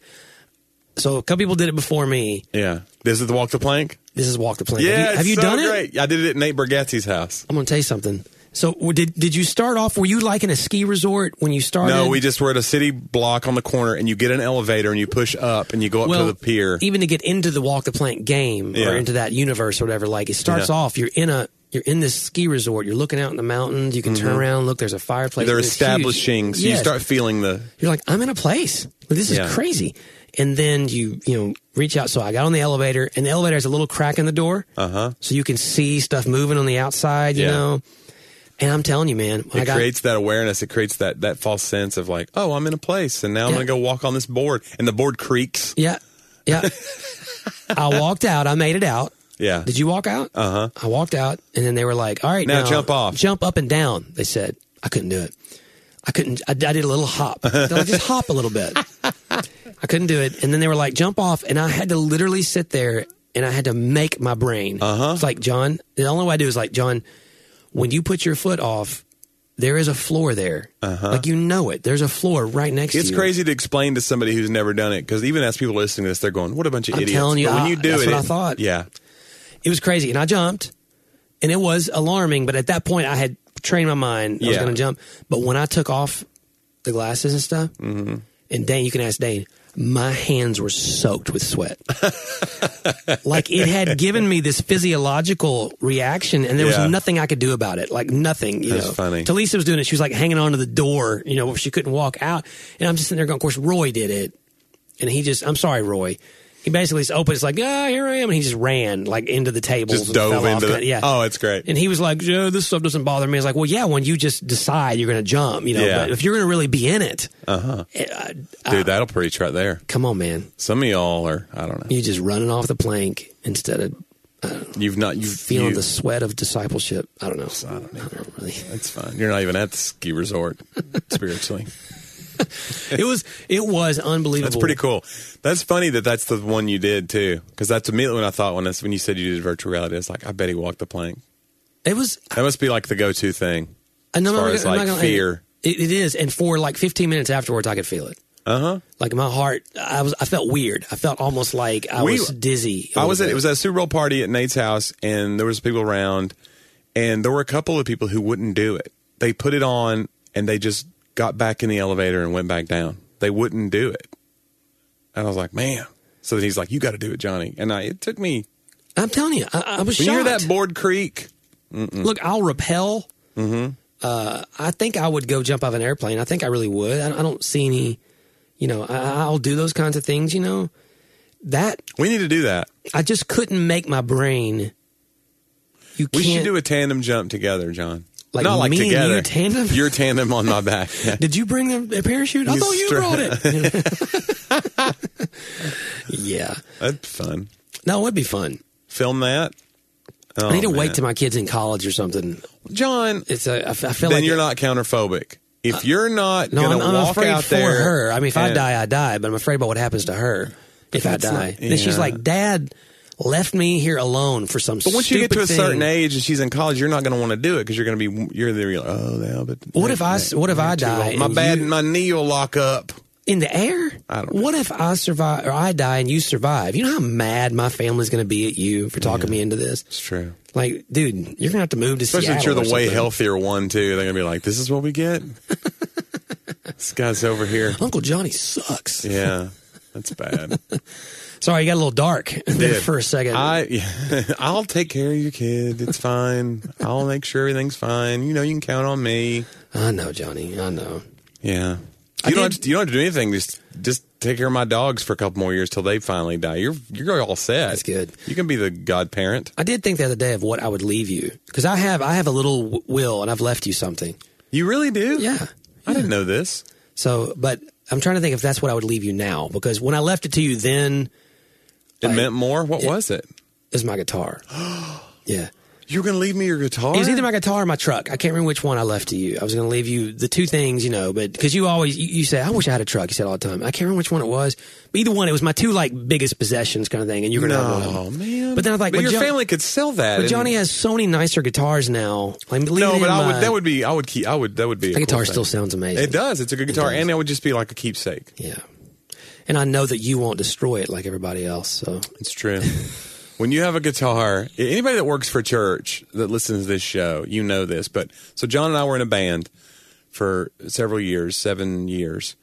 Speaker 1: So a couple people did it before me.
Speaker 2: Yeah. This is the walk the plank?
Speaker 1: This is Walk the Planet.
Speaker 2: Yeah.
Speaker 1: have you, have
Speaker 2: it's
Speaker 1: you
Speaker 2: so
Speaker 1: done it?
Speaker 2: great. I did it at Nate Bargatze's house.
Speaker 1: I'm going to tell you something. So w- did did you start off? Were you like in a ski resort when you started?
Speaker 2: No, we just were at a city block on the corner, and you get an elevator and you push up and you go up
Speaker 1: well,
Speaker 2: to the pier.
Speaker 1: even to get into the Walk the Plank game
Speaker 2: Yeah.
Speaker 1: or into that universe or whatever. Like it starts
Speaker 2: Yeah.
Speaker 1: off, you're in a you're in this ski resort. You're looking out in the mountains. You can turn around, look. There's a fireplace.
Speaker 2: Mm-hmm. They're
Speaker 1: and it's huge.
Speaker 2: establishing, so you
Speaker 1: Yes.
Speaker 2: start feeling the.
Speaker 1: you're like, I'm in a place. Like, this is
Speaker 2: Yeah.
Speaker 1: crazy. And then you, you know, reach out. So I got on the elevator, and the elevator has a little crack in the door, uh-huh. so you can see stuff moving on the outside. You
Speaker 2: Yeah.
Speaker 1: know, and I'm telling you, man, when
Speaker 2: It
Speaker 1: I got
Speaker 2: creates that awareness. It creates that that false sense of like, oh, I'm in a place, and now I'm
Speaker 1: Yeah.
Speaker 2: going to go walk on this board, and the board creaks.
Speaker 1: yeah, yeah. I walked out. I made it out.
Speaker 2: Yeah. Uh-huh.
Speaker 1: Did you walk out? Uh huh. I walked out, and then they were like, "All right,
Speaker 2: Now jump off."
Speaker 1: jump up and down." They said, "I couldn't do it. I couldn't. I, I did a little hop. They're like, just hop a little bit. I couldn't do it." And then they were like, "Jump off," and I had to literally sit there, and I had to make my brain. Uh
Speaker 2: Uh-huh.
Speaker 1: huh. It's like John. The only way I do is like John. When you put your foot off, there is a floor there. Uh-huh. Like you know it. There's a floor right next to
Speaker 2: It's
Speaker 1: you.
Speaker 2: crazy to explain to somebody who's never done it because even as people listening to this, they're going, "What a bunch of
Speaker 1: I'm
Speaker 2: idiots!"
Speaker 1: telling you,
Speaker 2: but when
Speaker 1: I-
Speaker 2: you do
Speaker 1: that's
Speaker 2: it,
Speaker 1: what I
Speaker 2: it-
Speaker 1: thought.
Speaker 2: Yeah,
Speaker 1: it was crazy and i jumped and it was alarming but at that point i had trained my mind i was
Speaker 2: Yeah.
Speaker 1: going to jump but when i took off the glasses and stuff
Speaker 2: Mm-hmm.
Speaker 1: and dane you can ask dane my hands were soaked with sweat like it had given me this physiological reaction and there
Speaker 2: Yeah.
Speaker 1: was nothing i could do about it like nothing you
Speaker 2: That's
Speaker 1: know
Speaker 2: funny.
Speaker 1: talisa was doing it she was like hanging on to the door you know she couldn't walk out and i'm just sitting there going of course roy did it and he just I'm sorry, Roy. He basically just opened. It's like, ah, here I am, and he just ran like into the tables,
Speaker 2: just
Speaker 1: and
Speaker 2: dove
Speaker 1: fell off
Speaker 2: into
Speaker 1: kinda-
Speaker 2: it.
Speaker 1: yeah.
Speaker 2: Oh, it's great.
Speaker 1: and he was like, yeah, this stuff doesn't bother me. It's like, well, yeah, when you just decide you're going to jump, you know,
Speaker 2: Yeah.
Speaker 1: but if you're going to really be in it, uh-huh.
Speaker 2: Dude, that'll preach right there.
Speaker 1: come on, man,
Speaker 2: Some of y'all are, I don't know.
Speaker 1: you're just running off the plank instead of
Speaker 2: You've not, you've
Speaker 1: feeling
Speaker 2: you,
Speaker 1: the sweat of discipleship. I don't know. I don't, really.
Speaker 2: It's fine. You're not even at the ski resort spiritually.
Speaker 1: it was it was unbelievable.
Speaker 2: That's pretty cool. That's funny that that's the one you did too, because that's immediately when I thought when I, when you said you did virtual reality, I was like, I bet he walked the plank.
Speaker 1: It was
Speaker 2: That must be like the go-to thing.
Speaker 1: I know I'm
Speaker 2: as far
Speaker 1: not
Speaker 2: as
Speaker 1: gonna- I'm
Speaker 2: like
Speaker 1: not gonna-
Speaker 2: fear.
Speaker 1: It, it is, and for like 15 minutes afterwards, I could feel it.
Speaker 2: Uh huh.
Speaker 1: Like my heart, I was I felt weird. I felt almost like I
Speaker 2: We-
Speaker 1: was dizzy. a
Speaker 2: I
Speaker 1: little
Speaker 2: was at,
Speaker 1: bit.
Speaker 2: it was at a Super Bowl party at Nate's house, and there was people around, and there were a couple of people who wouldn't do it. They put it on, and they just got back in the elevator and went back down. They wouldn't do it, and I was like, man. So then he's like, you got to do it, Johnny. And I, it took me.
Speaker 1: I'm telling you, I, I was
Speaker 2: When you
Speaker 1: shocked.
Speaker 2: hear that board creak,
Speaker 1: Look, I'll repel. Mm-hmm. Uh, I think I would go jump off an airplane. I think I really would. I, I don't see any. You know, I, I'll do those kinds of things. You know, that
Speaker 2: we need to do that.
Speaker 1: I just couldn't make my brain. You
Speaker 2: We
Speaker 1: can't.
Speaker 2: should do a tandem jump together, John.
Speaker 1: Like
Speaker 2: Not like
Speaker 1: me and you
Speaker 2: together.
Speaker 1: tandem?
Speaker 2: Your tandem on my back.
Speaker 1: Did you bring the, the parachute? I
Speaker 2: You
Speaker 1: thought you
Speaker 2: stra-
Speaker 1: brought it. yeah,
Speaker 2: That's fun.
Speaker 1: no, it would be fun.
Speaker 2: Film that. Oh,
Speaker 1: I need to wait till my kid's in college or something.
Speaker 2: John.
Speaker 1: It's a, I, f- I feel
Speaker 2: then
Speaker 1: like
Speaker 2: you're not counterphobic. If you're not
Speaker 1: Uh, No,
Speaker 2: gonna
Speaker 1: I'm, I'm
Speaker 2: walk
Speaker 1: afraid
Speaker 2: out
Speaker 1: for
Speaker 2: there,
Speaker 1: her. I mean, if I
Speaker 2: and-
Speaker 1: die, I die. But I'm afraid about what happens to her if I
Speaker 2: That's
Speaker 1: die.
Speaker 2: not-
Speaker 1: Then she's
Speaker 2: yeah.
Speaker 1: like, Dad left me here alone for some.
Speaker 2: But once you get to a certain
Speaker 1: age.
Speaker 2: age and she's in college, you're not going to want to do it because you're going to be you're there. You're like, oh, yeah, but
Speaker 1: What if I s- what if I
Speaker 2: you're too
Speaker 1: die
Speaker 2: old. My
Speaker 1: and
Speaker 2: bad,
Speaker 1: you-
Speaker 2: my knee will lock up.
Speaker 1: In the air?
Speaker 2: I don't
Speaker 1: What if I survive or I die and you survive? You know how mad my family's going to be at you for talking me into this?
Speaker 2: It's true.
Speaker 1: Like, dude, you're going to have to move to
Speaker 2: Especially
Speaker 1: Seattle.
Speaker 2: if you're
Speaker 1: or
Speaker 2: the way
Speaker 1: something.
Speaker 2: healthier one too. They're going to be like, this is what we get. this guy's over here.
Speaker 1: Uncle Johnny sucks.
Speaker 2: Yeah, that's bad.
Speaker 1: Sorry, you got a little dark there
Speaker 2: Did.
Speaker 1: for a second.
Speaker 2: I yeah, I'll take care of your kid. It's fine. I'll make sure everything's fine. You know, you can count on me.
Speaker 1: I know, Johnny. I know.
Speaker 2: Yeah.
Speaker 1: I
Speaker 2: You don't,
Speaker 1: did-
Speaker 2: have to, you don't have to do anything. Just just take care of my dogs for a couple more years till they finally die. You're you're all set.
Speaker 1: That's good.
Speaker 2: You can be the godparent.
Speaker 1: I did think the other day of what I would leave you because I have I have a little w- will and I've left you something.
Speaker 2: You really do?
Speaker 1: Yeah.
Speaker 2: I didn't know this.
Speaker 1: So, but I'm trying to think if that's what I would leave you now because when I left it to you then
Speaker 2: It
Speaker 1: Like-
Speaker 2: meant more. What was it?
Speaker 1: is my guitar. yeah.
Speaker 2: You were going to leave me your guitar?
Speaker 1: It was either my guitar or my truck. I can't remember which one I left to you. I was going to leave you the two things, you know, but because you always you, you say, "I wish I had a truck." You said all the time. I can't remember which one it was. But either one, it was my two like biggest possessions, kind of thing. And you're going to have one.
Speaker 2: no, man.
Speaker 1: But then I was like,
Speaker 2: but
Speaker 1: well,
Speaker 2: your
Speaker 1: Jo-
Speaker 2: family could sell that.
Speaker 1: But
Speaker 2: and-
Speaker 1: Johnny has so many nicer guitars now. Like,
Speaker 2: no, but I would. That would be. I would keep. I would. That would be.
Speaker 1: My
Speaker 2: a
Speaker 1: guitar
Speaker 2: cool
Speaker 1: still
Speaker 2: thing.
Speaker 1: sounds amazing.
Speaker 2: It does. It's a good guitar,
Speaker 1: does.
Speaker 2: and it would just be like a keepsake.
Speaker 1: Yeah. And I know that you won't destroy it like everybody else. So
Speaker 2: It's true. when you have a guitar, anybody that works for church that listens to this show, you know this. But so John and I were in a band for several years, seven years.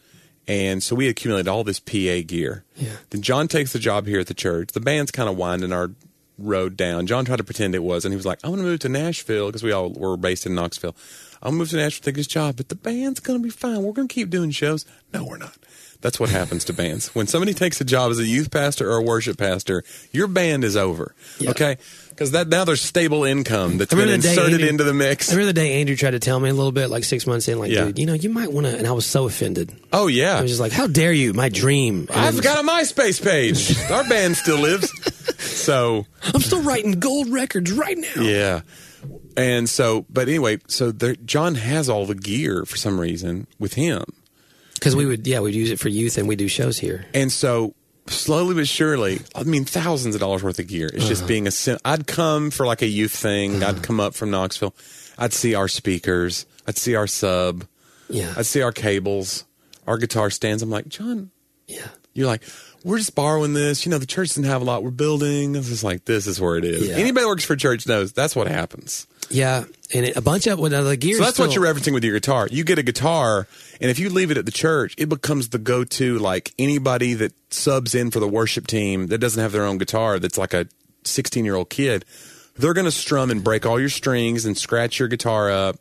Speaker 2: And so we accumulated all this PA gear.
Speaker 1: Yeah.
Speaker 2: Then John takes the job here at the church. The band's kind of winding our road down. John tried to pretend it was, and he was like, I'm going to move to Nashville because we all were based in Knoxville. I'll move to Nashville, take this job, but the band's going to be fine. We're going to keep doing shows. No, we're not. That's what happens to bands. When somebody takes a job as a youth pastor or a worship pastor, your band is over.
Speaker 1: Yeah.
Speaker 2: Okay? Because that now there's stable income that's
Speaker 1: I
Speaker 2: been
Speaker 1: remember the day
Speaker 2: inserted
Speaker 1: Amy-
Speaker 2: into the
Speaker 1: I
Speaker 2: mix.
Speaker 1: remember the day Andrew tried to tell me a little bit, like six months in, like,
Speaker 2: Yeah.
Speaker 1: dude, you know, you might want to. And I was so offended.
Speaker 2: Oh yeah.
Speaker 1: I was just like, how dare you? My dream. And
Speaker 2: I've got a MySpace page. Our band still lives. So
Speaker 1: I'm still writing gold records right now.
Speaker 2: yeah, and so but anyway, so there, John has all the gear for some reason with him,
Speaker 1: Because we would, yeah, we'd use it for youth, and we do shows here.
Speaker 2: and so slowly but surely, I mean, thousands of dollars worth of gear. It's just being a. sen- I'd come for like a youth thing. I'd come up from Knoxville. I'd see our speakers. I'd see our sub.
Speaker 1: Yeah,
Speaker 2: I'd see our cables. Our guitar stands. I'm like John.
Speaker 1: yeah,
Speaker 2: You're like, we're just borrowing this. You know, the church doesn't have a lot. We're building. It's just like, this is where it is.
Speaker 1: Yeah.
Speaker 2: Anybody that works for church knows that's what happens.
Speaker 1: yeah. And it, a bunch of with other gear.
Speaker 2: So that's what
Speaker 1: still-
Speaker 2: you're referencing with your guitar. You get a guitar, and if you leave it at the church, it becomes the go to, like anybody that subs in for the worship team that doesn't have their own guitar, that's like a 16 year old kid. They're going to strum and break all your strings and scratch your guitar up.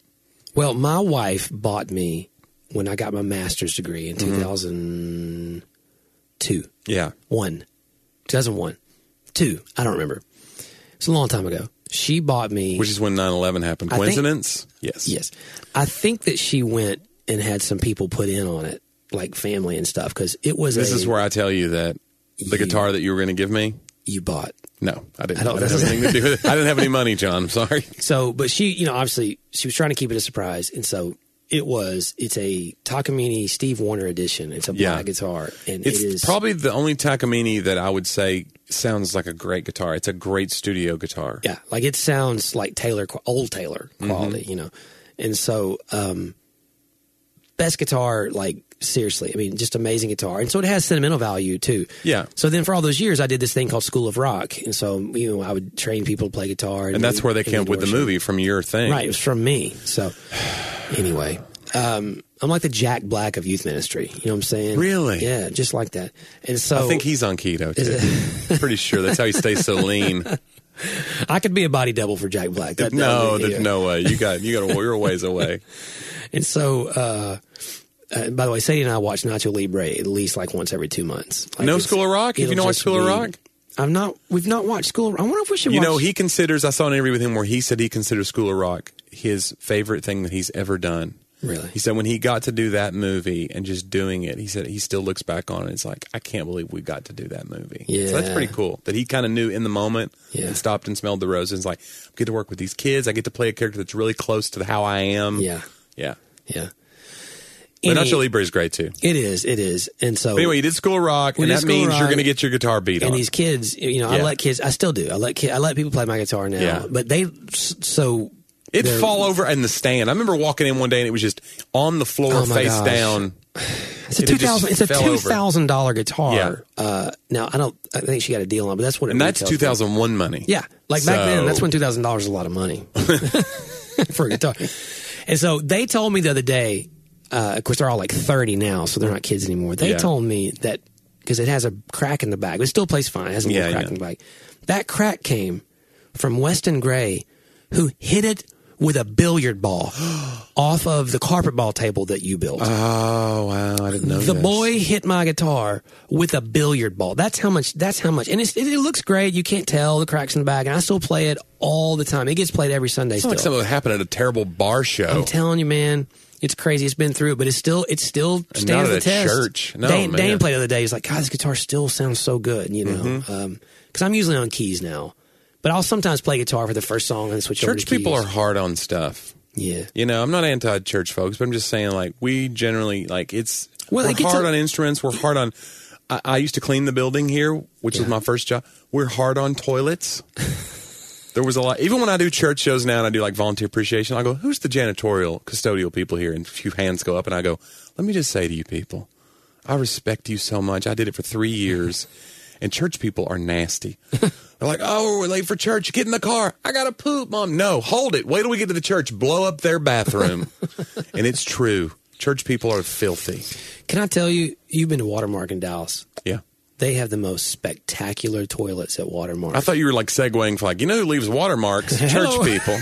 Speaker 1: Well, my wife bought me when I got my master's degree in
Speaker 2: Mm-hmm.
Speaker 1: 2002.
Speaker 2: Yeah.
Speaker 1: One. 2001. Two. I don't remember. It's a long time ago. She bought me.
Speaker 2: Which is when 9 11 happened.
Speaker 1: I think-
Speaker 2: Coincidence? yes.
Speaker 1: yes. I think that she went and had some people put in on it, like family and stuff, because it was
Speaker 2: This
Speaker 1: a-
Speaker 2: is where I tell you that the
Speaker 1: You-
Speaker 2: guitar that you were going to give me
Speaker 1: you bought.
Speaker 2: No, I didn't.
Speaker 1: I don't-
Speaker 2: I, didn't have anything to do with it. I didn't have any money, John. I'm sorry.
Speaker 1: So, but she, you know, obviously she was trying to keep it a surprise, and so it was. It's a Takamine Steve Warner edition. It's a
Speaker 2: Yeah.
Speaker 1: black guitar, and
Speaker 2: It's
Speaker 1: it is
Speaker 2: probably the only Takamine that I would say sounds like a great guitar. It's a great studio guitar.
Speaker 1: yeah, like it sounds like Taylor, qu- old Taylor
Speaker 2: Mm-hmm.
Speaker 1: quality, you know. And so, um, best guitar, like seriously, I mean, just amazing guitar, and so it has sentimental value too.
Speaker 2: Yeah.
Speaker 1: So then, for all those years, I did this thing called School of Rock, and so you know, I would train people to play guitar,
Speaker 2: And that's where they came up with the
Speaker 1: movie.
Speaker 2: movie from your thing.
Speaker 1: Right, it was from me. So anyway, um, I'm like the Jack Black of youth ministry. You know what I'm saying?
Speaker 2: Really?
Speaker 1: Yeah, just like that. And so
Speaker 2: I
Speaker 1: I,
Speaker 2: think he's on keto too. Pretty sure that's how he stays so lean.
Speaker 1: could be a body double for Jack Black. That- that
Speaker 2: no,
Speaker 1: would be-
Speaker 2: there's
Speaker 1: yeah.
Speaker 2: no way. You got you got a, you're a ways away.
Speaker 1: And so, uh, uh, by the way, Sadie and I watch Nacho Libre at least like once every two months. Like,
Speaker 2: No
Speaker 1: it's-
Speaker 2: School of Rock? Have you
Speaker 1: it'll
Speaker 2: not watched
Speaker 1: just
Speaker 2: School of
Speaker 1: be-
Speaker 2: Rock?
Speaker 1: I've not. We've not watched School. of Rock. I wonder if we should.
Speaker 2: You
Speaker 1: watch,
Speaker 2: know, he considers. I saw an interview with him where he said he considers School of Rock his favorite thing that he's ever done.
Speaker 1: Really?
Speaker 2: He said when he got to do that movie and just doing it, he said he still looks back on it. It's like I can't believe we got to do that movie. so that's
Speaker 1: Yeah.
Speaker 2: pretty cool that he kind of knew in the moment
Speaker 1: Yeah.
Speaker 2: and stopped and smelled the roses. It's like I get to work with these kids. I get to play a character that's really close to how I am.
Speaker 1: Yeah.
Speaker 2: yeah.
Speaker 1: Yeah.
Speaker 2: But
Speaker 1: Any-
Speaker 2: Nacho Libre is great too.
Speaker 1: It is. It is. And so
Speaker 2: But anyway, you did School Rock,
Speaker 1: We
Speaker 2: and
Speaker 1: did
Speaker 2: that
Speaker 1: School
Speaker 2: means you're
Speaker 1: Rock.
Speaker 2: going to get your guitar beat
Speaker 1: and
Speaker 2: on.
Speaker 1: these kids, you know, I
Speaker 2: Yeah.
Speaker 1: let kids. I still do. I let kid, I let people play my guitar now.
Speaker 2: Yeah.
Speaker 1: But they so
Speaker 2: It'd
Speaker 1: they're-
Speaker 2: fall over in the stand. I remember walking in one day and it was just on the floor,
Speaker 1: Oh my
Speaker 2: face
Speaker 1: gosh.
Speaker 2: down.
Speaker 1: It's a
Speaker 2: It
Speaker 1: two
Speaker 2: just
Speaker 1: thousand. It's a
Speaker 2: fell
Speaker 1: two
Speaker 2: over.
Speaker 1: thousand dollar guitar.
Speaker 2: Yeah.
Speaker 1: Uh, now I don't. I think she got a deal on, it, but that's what. It
Speaker 2: And that's
Speaker 1: retails for.
Speaker 2: 2001 money.
Speaker 1: Yeah, like back then,
Speaker 2: So-
Speaker 1: that's when two thousand dollars is a lot of money for a guitar. and so they told me the other day. Uh, of course, they're all like thirty now, so they're not kids anymore. They
Speaker 2: Yeah.
Speaker 1: told me that because it has a crack in the back, it still plays fine. It has a little
Speaker 2: Yeah,
Speaker 1: crack
Speaker 2: yeah.
Speaker 1: in the back. That crack came from Weston Gray, who hit it with a billiard ball off of the carpet ball table that you built.
Speaker 2: Oh, wow. I didn't know
Speaker 1: The
Speaker 2: this.
Speaker 1: boy hit my guitar with a billiard ball. That's how much. That's how much. And it's, it, it looks great. You can't tell the cracks in the back. And I still play it all the time. It gets played every Sunday.
Speaker 2: It's
Speaker 1: Still,
Speaker 2: like something that happened at a terrible bar show.
Speaker 1: I'm telling you, man, it's crazy. It's been through, it, but it's still it still stands
Speaker 2: at
Speaker 1: the
Speaker 2: a
Speaker 1: test.
Speaker 2: church. No,
Speaker 1: Dane,
Speaker 2: man. Mm-hmm.
Speaker 1: Dane played the other day. He's like, God, this guitar still sounds so good. You know, because I'm usually on keys now, but I'll sometimes play guitar for the first song and switch over to
Speaker 2: Church people
Speaker 1: keys.
Speaker 2: are hard on stuff.
Speaker 1: yeah.
Speaker 2: You know, I'm not anti church folks, but I'm just saying, like, we generally, like, it's,
Speaker 1: Well,
Speaker 2: we're
Speaker 1: it gets
Speaker 2: hard
Speaker 1: a-
Speaker 2: on instruments. We're hard on, I, I used to clean the building here, which was my first job. We're hard on toilets. there was a lot, even when I do church shows now and I do like volunteer appreciation, I go, who's the janitorial, custodial people here? And a few hands go up and I go, let me just say to you people, I respect you so much. I did it for three years. And church people are nasty. They're like, oh, we're late for church. Get in the car. I got to poop, mom. No, hold it. Wait till we get to the church. Blow up their bathroom. and it's true. Church people are filthy.
Speaker 1: Can I tell you? You've been to Watermark in Dallas.
Speaker 2: Yeah.
Speaker 1: They have the most spectacular toilets at Watermark.
Speaker 2: I thought you were like segueing for like, you know who leaves watermarks? Church
Speaker 1: Hello.
Speaker 2: people.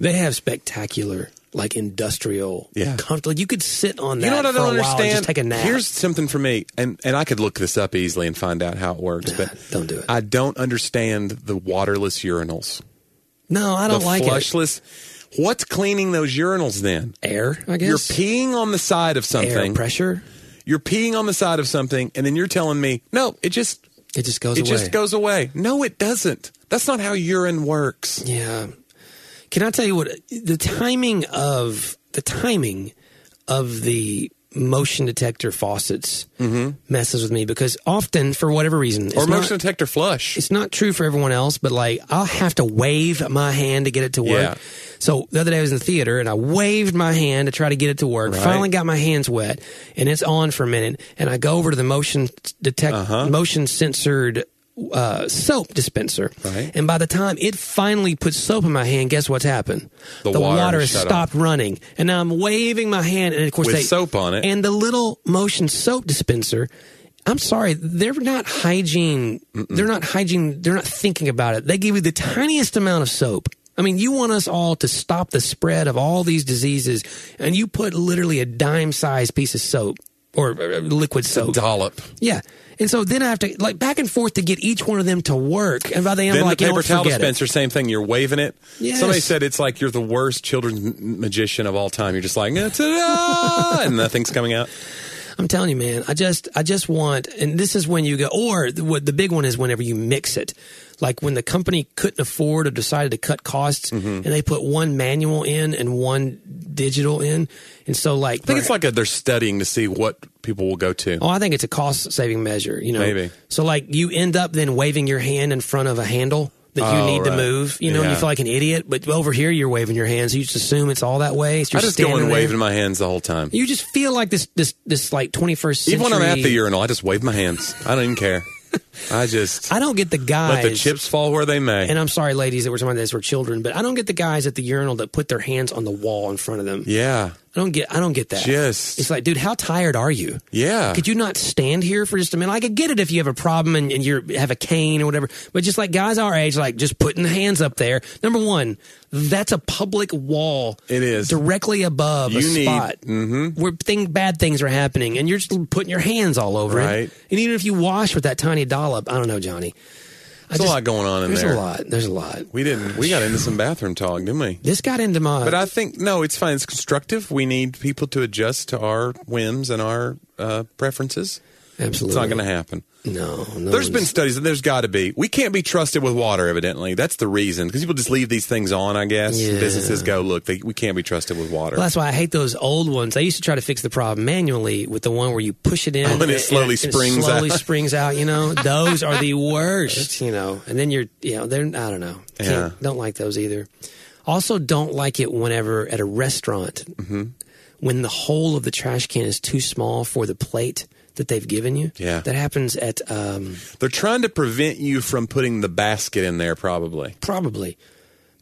Speaker 1: They have spectacular, like industrial,
Speaker 2: Yeah.
Speaker 1: comfortable. You could sit on that.
Speaker 2: You know what I
Speaker 1: for
Speaker 2: don't
Speaker 1: a while and
Speaker 2: understand?
Speaker 1: just take a nap.
Speaker 2: Here's something for me, and, and I could look this up easily and find out how it works, but
Speaker 1: don't do it.
Speaker 2: I don't understand the waterless urinals.
Speaker 1: no, I don't
Speaker 2: the
Speaker 1: like it.
Speaker 2: flushless. What's cleaning those urinals then?
Speaker 1: Air, I guess.
Speaker 2: You're peeing on the side of
Speaker 1: air
Speaker 2: something.
Speaker 1: pressure.
Speaker 2: You're peeing on the side of something, and then you're telling me, no, it just
Speaker 1: It just goes
Speaker 2: it
Speaker 1: away.
Speaker 2: just goes away. No, it doesn't. That's not how urine works.
Speaker 1: Yeah. Can I tell you what the timing of the timing of the motion detector faucets messes with me because often for whatever reason it's
Speaker 2: Mm-hmm. Or
Speaker 1: not-
Speaker 2: motion detector flush.
Speaker 1: it's not true for everyone else, but like I'll have to wave my hand to get it to work.
Speaker 2: Yeah.
Speaker 1: So the other day I was in the theater and I waved my hand to try to get it to work.
Speaker 2: Right.
Speaker 1: Finally got my hands wet and it's on for a minute. And I go over to the motion detect
Speaker 2: Uh-huh.
Speaker 1: motion censored uh, soap dispenser.
Speaker 2: Right.
Speaker 1: And by the time it finally puts soap in my hand, guess what's happened?
Speaker 2: The
Speaker 1: water,
Speaker 2: water
Speaker 1: has
Speaker 2: shut off.
Speaker 1: stopped running, and now I'm waving my hand, and of course
Speaker 2: With
Speaker 1: they,
Speaker 2: soap on it.
Speaker 1: and the little motion soap dispenser. I'm sorry, they're not hygiene. They're not hygiene. They're not thinking about it. They give you the tiniest amount of soap. I mean, you want us all to stop the spread of all these diseases, and you put literally a dime-sized piece of soap or uh, liquid soap.
Speaker 2: Dollop.
Speaker 1: Yeah, and so then I have to like back and forth to get each one of them to work, and by the end,
Speaker 2: Then
Speaker 1: I'm like,
Speaker 2: the
Speaker 1: you know
Speaker 2: paper
Speaker 1: what,
Speaker 2: towel
Speaker 1: forget it.
Speaker 2: dispenser, same thing. You're waving it.
Speaker 1: Yes.
Speaker 2: Somebody said it's like you're the worst children's m- magician of all time. You're just like, "Eh, ta-da! and nothing's coming out.
Speaker 1: I'm telling you, man. I just, I just want, and this is when you go. Or the- what the big one is whenever you mix it, like when the company couldn't afford or decided to cut costs,
Speaker 2: Mm-hmm.
Speaker 1: and they put one manual in and one digital in, and so like,
Speaker 2: I think it's like a, they're studying to see what people will go to.
Speaker 1: oh, I think it's a cost saving measure, you know.
Speaker 2: Maybe.
Speaker 1: So like you end up then waving your hand in front of a handle that you
Speaker 2: Oh,
Speaker 1: need to
Speaker 2: right.
Speaker 1: move, you know, and you
Speaker 2: Yeah.
Speaker 1: feel like an idiot. But over here, you're waving your hands. You just assume it's all that way. It's
Speaker 2: I
Speaker 1: just
Speaker 2: just go
Speaker 1: standing
Speaker 2: and
Speaker 1: there.
Speaker 2: wave in my hands the whole time.
Speaker 1: You just feel like this, this, this like 21st century.
Speaker 2: Even when I'm at the urinal, I just wave my hands. I don't even care. I just
Speaker 1: I don't get the guys.
Speaker 2: let the chips fall where they may.
Speaker 1: and I'm sorry, ladies, that we're talking about this were children, but I don't get the guys at the urinal that put their hands on the wall in front of them.
Speaker 2: yeah,
Speaker 1: I don't get. I don't get that.
Speaker 2: Just-
Speaker 1: it's like, dude, how tired are you?
Speaker 2: yeah.
Speaker 1: Could you not stand here for just a minute? I could get it if you have a problem and, and you have a cane or whatever, but just like guys our age, like just putting the hands up there. Number one, that's a public wall.
Speaker 2: It is.
Speaker 1: directly above a
Speaker 2: You need- mm-hmm.
Speaker 1: spot where thing bad things are happening, and you're just putting your hands all over
Speaker 2: Right.
Speaker 1: it. And even if you wash with that tiny dollop, I don't know, Johnny. I
Speaker 2: There's a lot going on in
Speaker 1: there's
Speaker 2: there.
Speaker 1: a lot. There's a lot.
Speaker 2: We didn't. We got into some bathroom talk, didn't we?
Speaker 1: This got into my.
Speaker 2: But I think no, it's fine. It's constructive. We need people to adjust to our whims and our uh, preferences.
Speaker 1: absolutely.
Speaker 2: It's not going to happen.
Speaker 1: No, no.
Speaker 2: There's been
Speaker 1: one's-
Speaker 2: studies, and there's got to be. We can't be trusted with water, evidently. That's the reason, because people just leave these things on. I guess
Speaker 1: Yeah.
Speaker 2: businesses go, look, they, we can't be trusted with water.
Speaker 1: Well, that's why I hate those old ones. I used to try to fix the problem manually with the one where you push it in
Speaker 2: Oh, and it slowly springs
Speaker 1: slowly
Speaker 2: out.
Speaker 1: springs out. You know, those are the worst. You know, and then you're you know they're I don't know. Can't-
Speaker 2: Yeah.
Speaker 1: don't like those either. Also, don't like it whenever at a restaurant
Speaker 2: Mm-hmm.
Speaker 1: when the hole of the trash can is too small for the plate that they've given you.
Speaker 2: Yeah.
Speaker 1: that happens at um,
Speaker 2: They're trying to prevent you from putting the basket in there, probably.
Speaker 1: probably,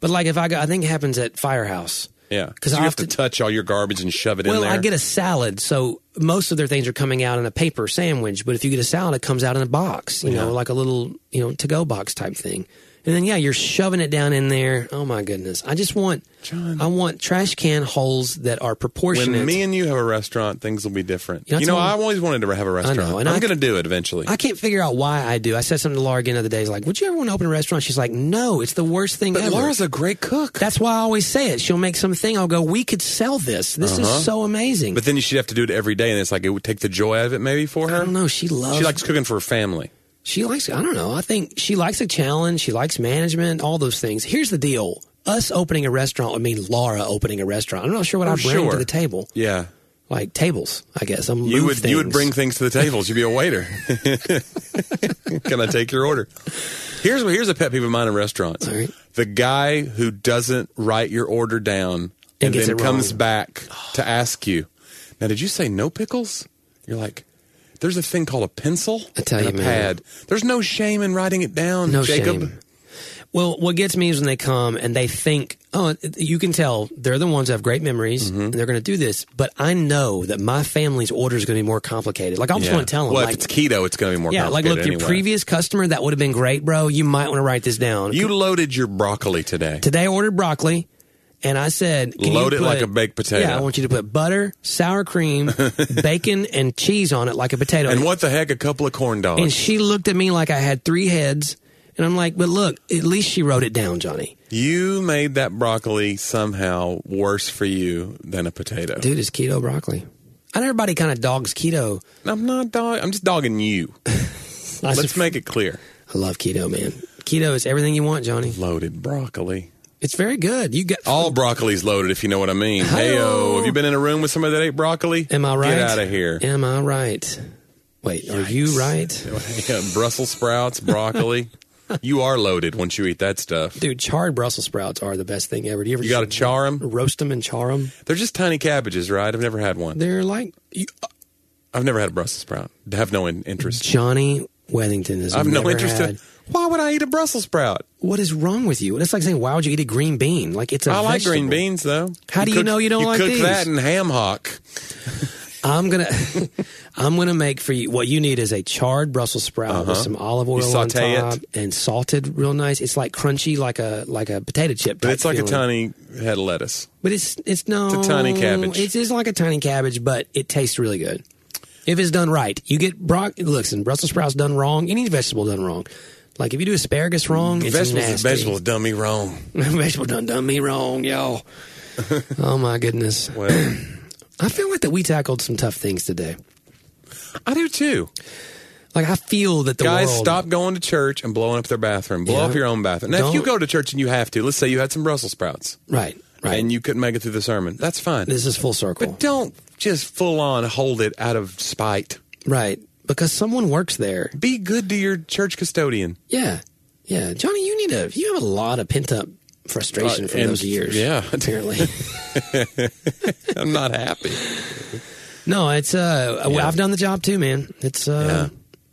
Speaker 1: but like if I go, I think it happens at Firehouse.
Speaker 2: Yeah,
Speaker 1: 'Cause
Speaker 2: you
Speaker 1: I
Speaker 2: have to
Speaker 1: often-
Speaker 2: touch all your garbage and shove it in
Speaker 1: Well,
Speaker 2: there.
Speaker 1: I get a salad, so most of their things are coming out in a paper sandwich. But if you get a salad, it comes out in a box, you know, like a little, you know, to go box type thing. And then yeah, you're shoving it down in there. Oh my goodness! I just want,
Speaker 2: John.
Speaker 1: I want trash can holes that are proportionate.
Speaker 2: when me and you have a restaurant, things will be different.
Speaker 1: You know,
Speaker 2: You know,
Speaker 1: that's
Speaker 2: I
Speaker 1: what-
Speaker 2: always wanted to have a restaurant.
Speaker 1: and
Speaker 2: I'm
Speaker 1: I-
Speaker 2: going to do it eventually.
Speaker 1: I can't figure out why I do. I said something to Laura again the other day. It's like, would you ever want to open a restaurant? She's like, no, it's the worst thing ever.
Speaker 2: a great cook.
Speaker 1: That's why I always say it. She'll make something. I'll go, we could sell this. This is so amazing.
Speaker 2: Uh-huh. But then she'd have to do it every day, and it's like it would take the joy out of it maybe for
Speaker 1: I
Speaker 2: her.
Speaker 1: don't know. She loves.
Speaker 2: She likes cooking for her family.
Speaker 1: She likes, I don't know. I think she likes a challenge. She likes management, all those things. Here's the deal us opening a restaurant would mean Laura opening a restaurant. I'm not sure what I bring
Speaker 2: Oh, sure.
Speaker 1: to the table.
Speaker 2: Yeah.
Speaker 1: Like tables, I guess. I'm
Speaker 2: You
Speaker 1: move
Speaker 2: would you would
Speaker 1: things.
Speaker 2: bring things to the tables. You'd be a waiter. Can I take your order? Here's here's a pet peeve of mine in restaurants.
Speaker 1: All right.
Speaker 2: The guy who doesn't write your order down
Speaker 1: And
Speaker 2: and,
Speaker 1: gets
Speaker 2: then
Speaker 1: it wrong.
Speaker 2: comes back to ask you. Now, did you say no pickles? You're like, there's a thing called a pencil
Speaker 1: I tell
Speaker 2: and
Speaker 1: you,
Speaker 2: a
Speaker 1: man.
Speaker 2: pad. There's no shame in writing it down,
Speaker 1: No
Speaker 2: Jacob.
Speaker 1: shame. Well, what gets me is when they come and they think, oh, you can tell they're the ones that have great memories
Speaker 2: Mm-hmm.
Speaker 1: and they're going to do this. But I know that my family's order is going to be more complicated. Like, I'm just
Speaker 2: Yeah.
Speaker 1: going to tell them,
Speaker 2: Well,
Speaker 1: like,
Speaker 2: if it's keto, it's going to be more.
Speaker 1: yeah, like, look,
Speaker 2: complicated
Speaker 1: your
Speaker 2: anyway.
Speaker 1: previous customer, that would have been great, bro. You might want to write this down.
Speaker 2: You loaded your broccoli today.
Speaker 1: Today I ordered broccoli, and I said, can you
Speaker 2: Load it
Speaker 1: put-
Speaker 2: like a baked potato.
Speaker 1: Yeah, I want you to put butter, sour cream, bacon, and cheese on it like a potato."
Speaker 2: And what the heck? A couple of corn dogs.
Speaker 1: And she looked at me like I had three heads, and I'm like, "But look, at least she wrote it down, Johnny.
Speaker 2: You made that broccoli somehow worse for you than a potato.
Speaker 1: Dude, it's keto broccoli." I know everybody kind of dogs keto.
Speaker 2: I'm not dog. I'm just dogging you.
Speaker 1: I,
Speaker 2: Let's make it clear.
Speaker 1: I love keto, man. Keto is everything you want, Johnny.
Speaker 2: Loaded broccoli.
Speaker 1: It's very good. You got
Speaker 2: All broccoli's loaded, if you know what I mean. Hey,
Speaker 1: Hi-yo.
Speaker 2: have you been in a room with somebody that ate broccoli?
Speaker 1: Am I right?
Speaker 2: Get out of here.
Speaker 1: Am I right? Wait, are you right?
Speaker 2: Yeah, Brussels sprouts, broccoli. you are loaded once you eat that stuff.
Speaker 1: Dude, charred Brussels sprouts are the best thing ever. Do you ever
Speaker 2: You got to
Speaker 1: just
Speaker 2: char them.
Speaker 1: roast them and char them?
Speaker 2: They're just tiny cabbages, right? I've never had one.
Speaker 1: They're like
Speaker 2: I've never had a Brussels sprout. Have no in- interest.
Speaker 1: Johnny Weddington is.
Speaker 2: I've no interest in. Why would I eat a Brussels sprout?
Speaker 1: What is wrong with you? It's like saying, "Why would you eat a green bean?" Like it's. a
Speaker 2: I like green
Speaker 1: vegetable.
Speaker 2: beans though.
Speaker 1: How do you know you don't like
Speaker 2: cook
Speaker 1: these?
Speaker 2: that in ham hock.
Speaker 1: I'm gonna, I'm gonna make for you. What you need is a charred Brussels sprout with some olive oil
Speaker 2: Uh-huh. saute it.
Speaker 1: on top and salted real nice. It's like crunchy, like a like a potato chip.
Speaker 2: But
Speaker 1: type
Speaker 2: it's like a
Speaker 1: feeling.
Speaker 2: tiny head of lettuce.
Speaker 1: But it's it's no.
Speaker 2: It's a tiny cabbage.
Speaker 1: It is like a tiny cabbage, but it tastes really good if it's done right. You get brock. Listen, Brussels sprouts done wrong. Any vegetable done wrong. Like if you do asparagus wrong, it's
Speaker 2: vegetables,
Speaker 1: nasty.
Speaker 2: vegetables done me wrong.
Speaker 1: Vegetable done done me wrong, yo. oh my goodness. I
Speaker 2: Well,
Speaker 1: feel like that we tackled some tough things today.
Speaker 2: I do too.
Speaker 1: Like I feel that the
Speaker 2: Guys,
Speaker 1: world-
Speaker 2: stop going to church and blowing up their bathroom. Blow
Speaker 1: Yeah.
Speaker 2: up your own bathroom. Now, if you
Speaker 1: Don't-
Speaker 2: go to church and you have to, let's say you had some Brussels sprouts
Speaker 1: Right, right.
Speaker 2: and you couldn't make it through the sermon, that's fine.
Speaker 1: this is full circle,
Speaker 2: But don't just full on hold it out of spite.
Speaker 1: right? Because someone works there.
Speaker 2: Be good to your church custodian.
Speaker 1: Yeah, yeah. Johnny, you need a. You have a lot of pent up frustration
Speaker 2: Uh,
Speaker 1: from
Speaker 2: and-
Speaker 1: those years.
Speaker 2: yeah.
Speaker 1: apparently.
Speaker 2: I'm not happy.
Speaker 1: no, it's. uh
Speaker 2: Yeah.
Speaker 1: I've done the job too, man. It's. uh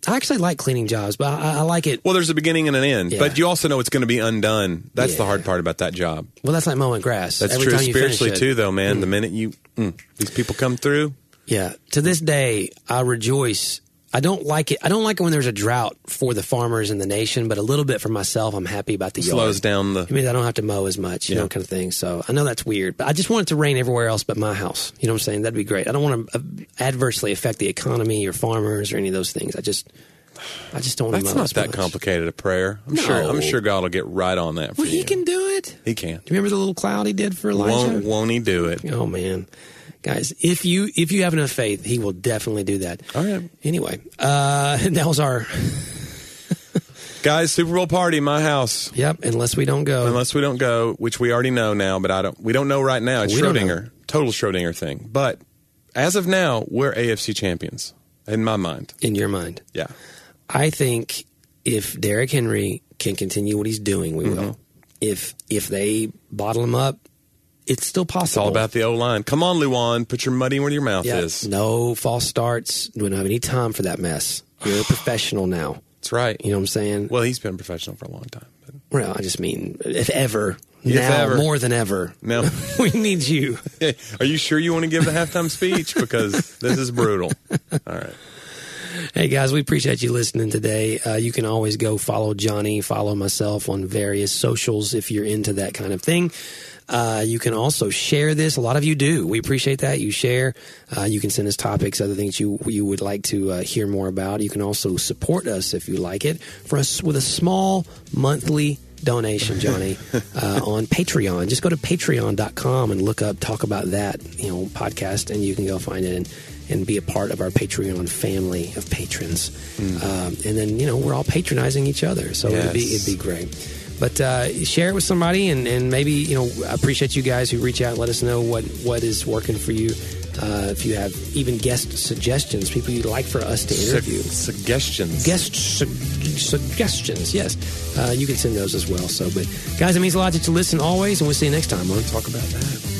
Speaker 1: I actually like cleaning jobs, but I, I like it.
Speaker 2: Well, there's a beginning and an end,
Speaker 1: Yeah.
Speaker 2: but you also know it's going to be undone. That's the
Speaker 1: Yeah.
Speaker 2: hard part about that job.
Speaker 1: Well, that's like mowing grass.
Speaker 2: That's
Speaker 1: Every
Speaker 2: true
Speaker 1: time you finish
Speaker 2: spiritually
Speaker 1: it-
Speaker 2: too, though, man. The minute you mm, these people come through,
Speaker 1: Yeah. To this day, I rejoice. I don't like it. I don't like it when there's a drought for the farmers and the nation, but a little bit for myself, I'm happy about the yard.
Speaker 2: slows down the.
Speaker 1: It means I don't have to mow as much, you know,
Speaker 2: Yeah.
Speaker 1: kind of thing. So I know that's weird, but I just want it to rain everywhere else but my house. You know uh, what I'm saying? That'd be great. I don't want to adversely affect the economy or farmers or any of those things. I just I just don't.
Speaker 2: That's
Speaker 1: emote
Speaker 2: not
Speaker 1: as
Speaker 2: that
Speaker 1: much.
Speaker 2: complicated a prayer. I'm sure.
Speaker 1: No.
Speaker 2: I'm sure God will get right on that for
Speaker 1: Well,
Speaker 2: you.
Speaker 1: he can do it.
Speaker 2: He can.
Speaker 1: Do you remember the little cloud he did for Elijah?
Speaker 2: Won't won't he do it?
Speaker 1: Oh man, guys, if you if you have enough faith, he will definitely do that.
Speaker 2: All right,
Speaker 1: Anyway, uh, and that was our
Speaker 2: guys. Super Bowl party, my house.
Speaker 1: yep. Unless we don't go,
Speaker 2: Unless we don't go, which we already know now, but I don't. We don't know right now. It's
Speaker 1: We don't know.
Speaker 2: Schrodinger, total Schrodinger thing. But as of now, we're AFC champions in my mind.
Speaker 1: in your mind,
Speaker 2: Yeah,
Speaker 1: I think if Derrick Henry can continue what he's doing, we
Speaker 2: Mm-hmm.
Speaker 1: will. If if they bottle him up, it's still possible.
Speaker 2: it's all about the O line. Come on, Luan, put your money where your mouth
Speaker 1: yeah,
Speaker 2: is.
Speaker 1: no false starts. We don't have any time for that mess. You're a professional now.
Speaker 2: That's right.
Speaker 1: You know what I'm saying?
Speaker 2: Well, he's been a professional for a long time. But
Speaker 1: Well, I just mean if ever
Speaker 2: If
Speaker 1: now
Speaker 2: ever.
Speaker 1: more than ever.
Speaker 2: now,
Speaker 1: we need you.
Speaker 2: are you sure you want to give the halftime speech? Because this is brutal. All right.
Speaker 1: Hey guys, we appreciate you listening today. Uh, you can always go follow Johnny, follow myself on various socials if you're into that kind of thing. Uh, you can also share this. A lot of you do. We appreciate that. You share. Uh, you can send us topics, other things you you would like to uh, hear more about. You can also support us if you like it for us with a small monthly donation, Johnny, uh, on Patreon. Just go to patreon.com and look up, talk about that, you know, podcast, and you can go find it and, and be a part of our Patreon family of patrons. Um, and then, you know, we're all patronizing each other. So it'd, be,
Speaker 2: Yes.
Speaker 1: it'd be great. But uh, share it with somebody, and, and maybe you know I appreciate you guys who reach out. and Let us know what what is working for you. Uh, if you have even guest suggestions, people you'd like for us to interview,
Speaker 2: Su- suggestions.
Speaker 1: guest su- suggestions. Yes, uh, you can send those as well. So, but guys, it means a lot that you listen always, and we'll see you next time on Talk About That.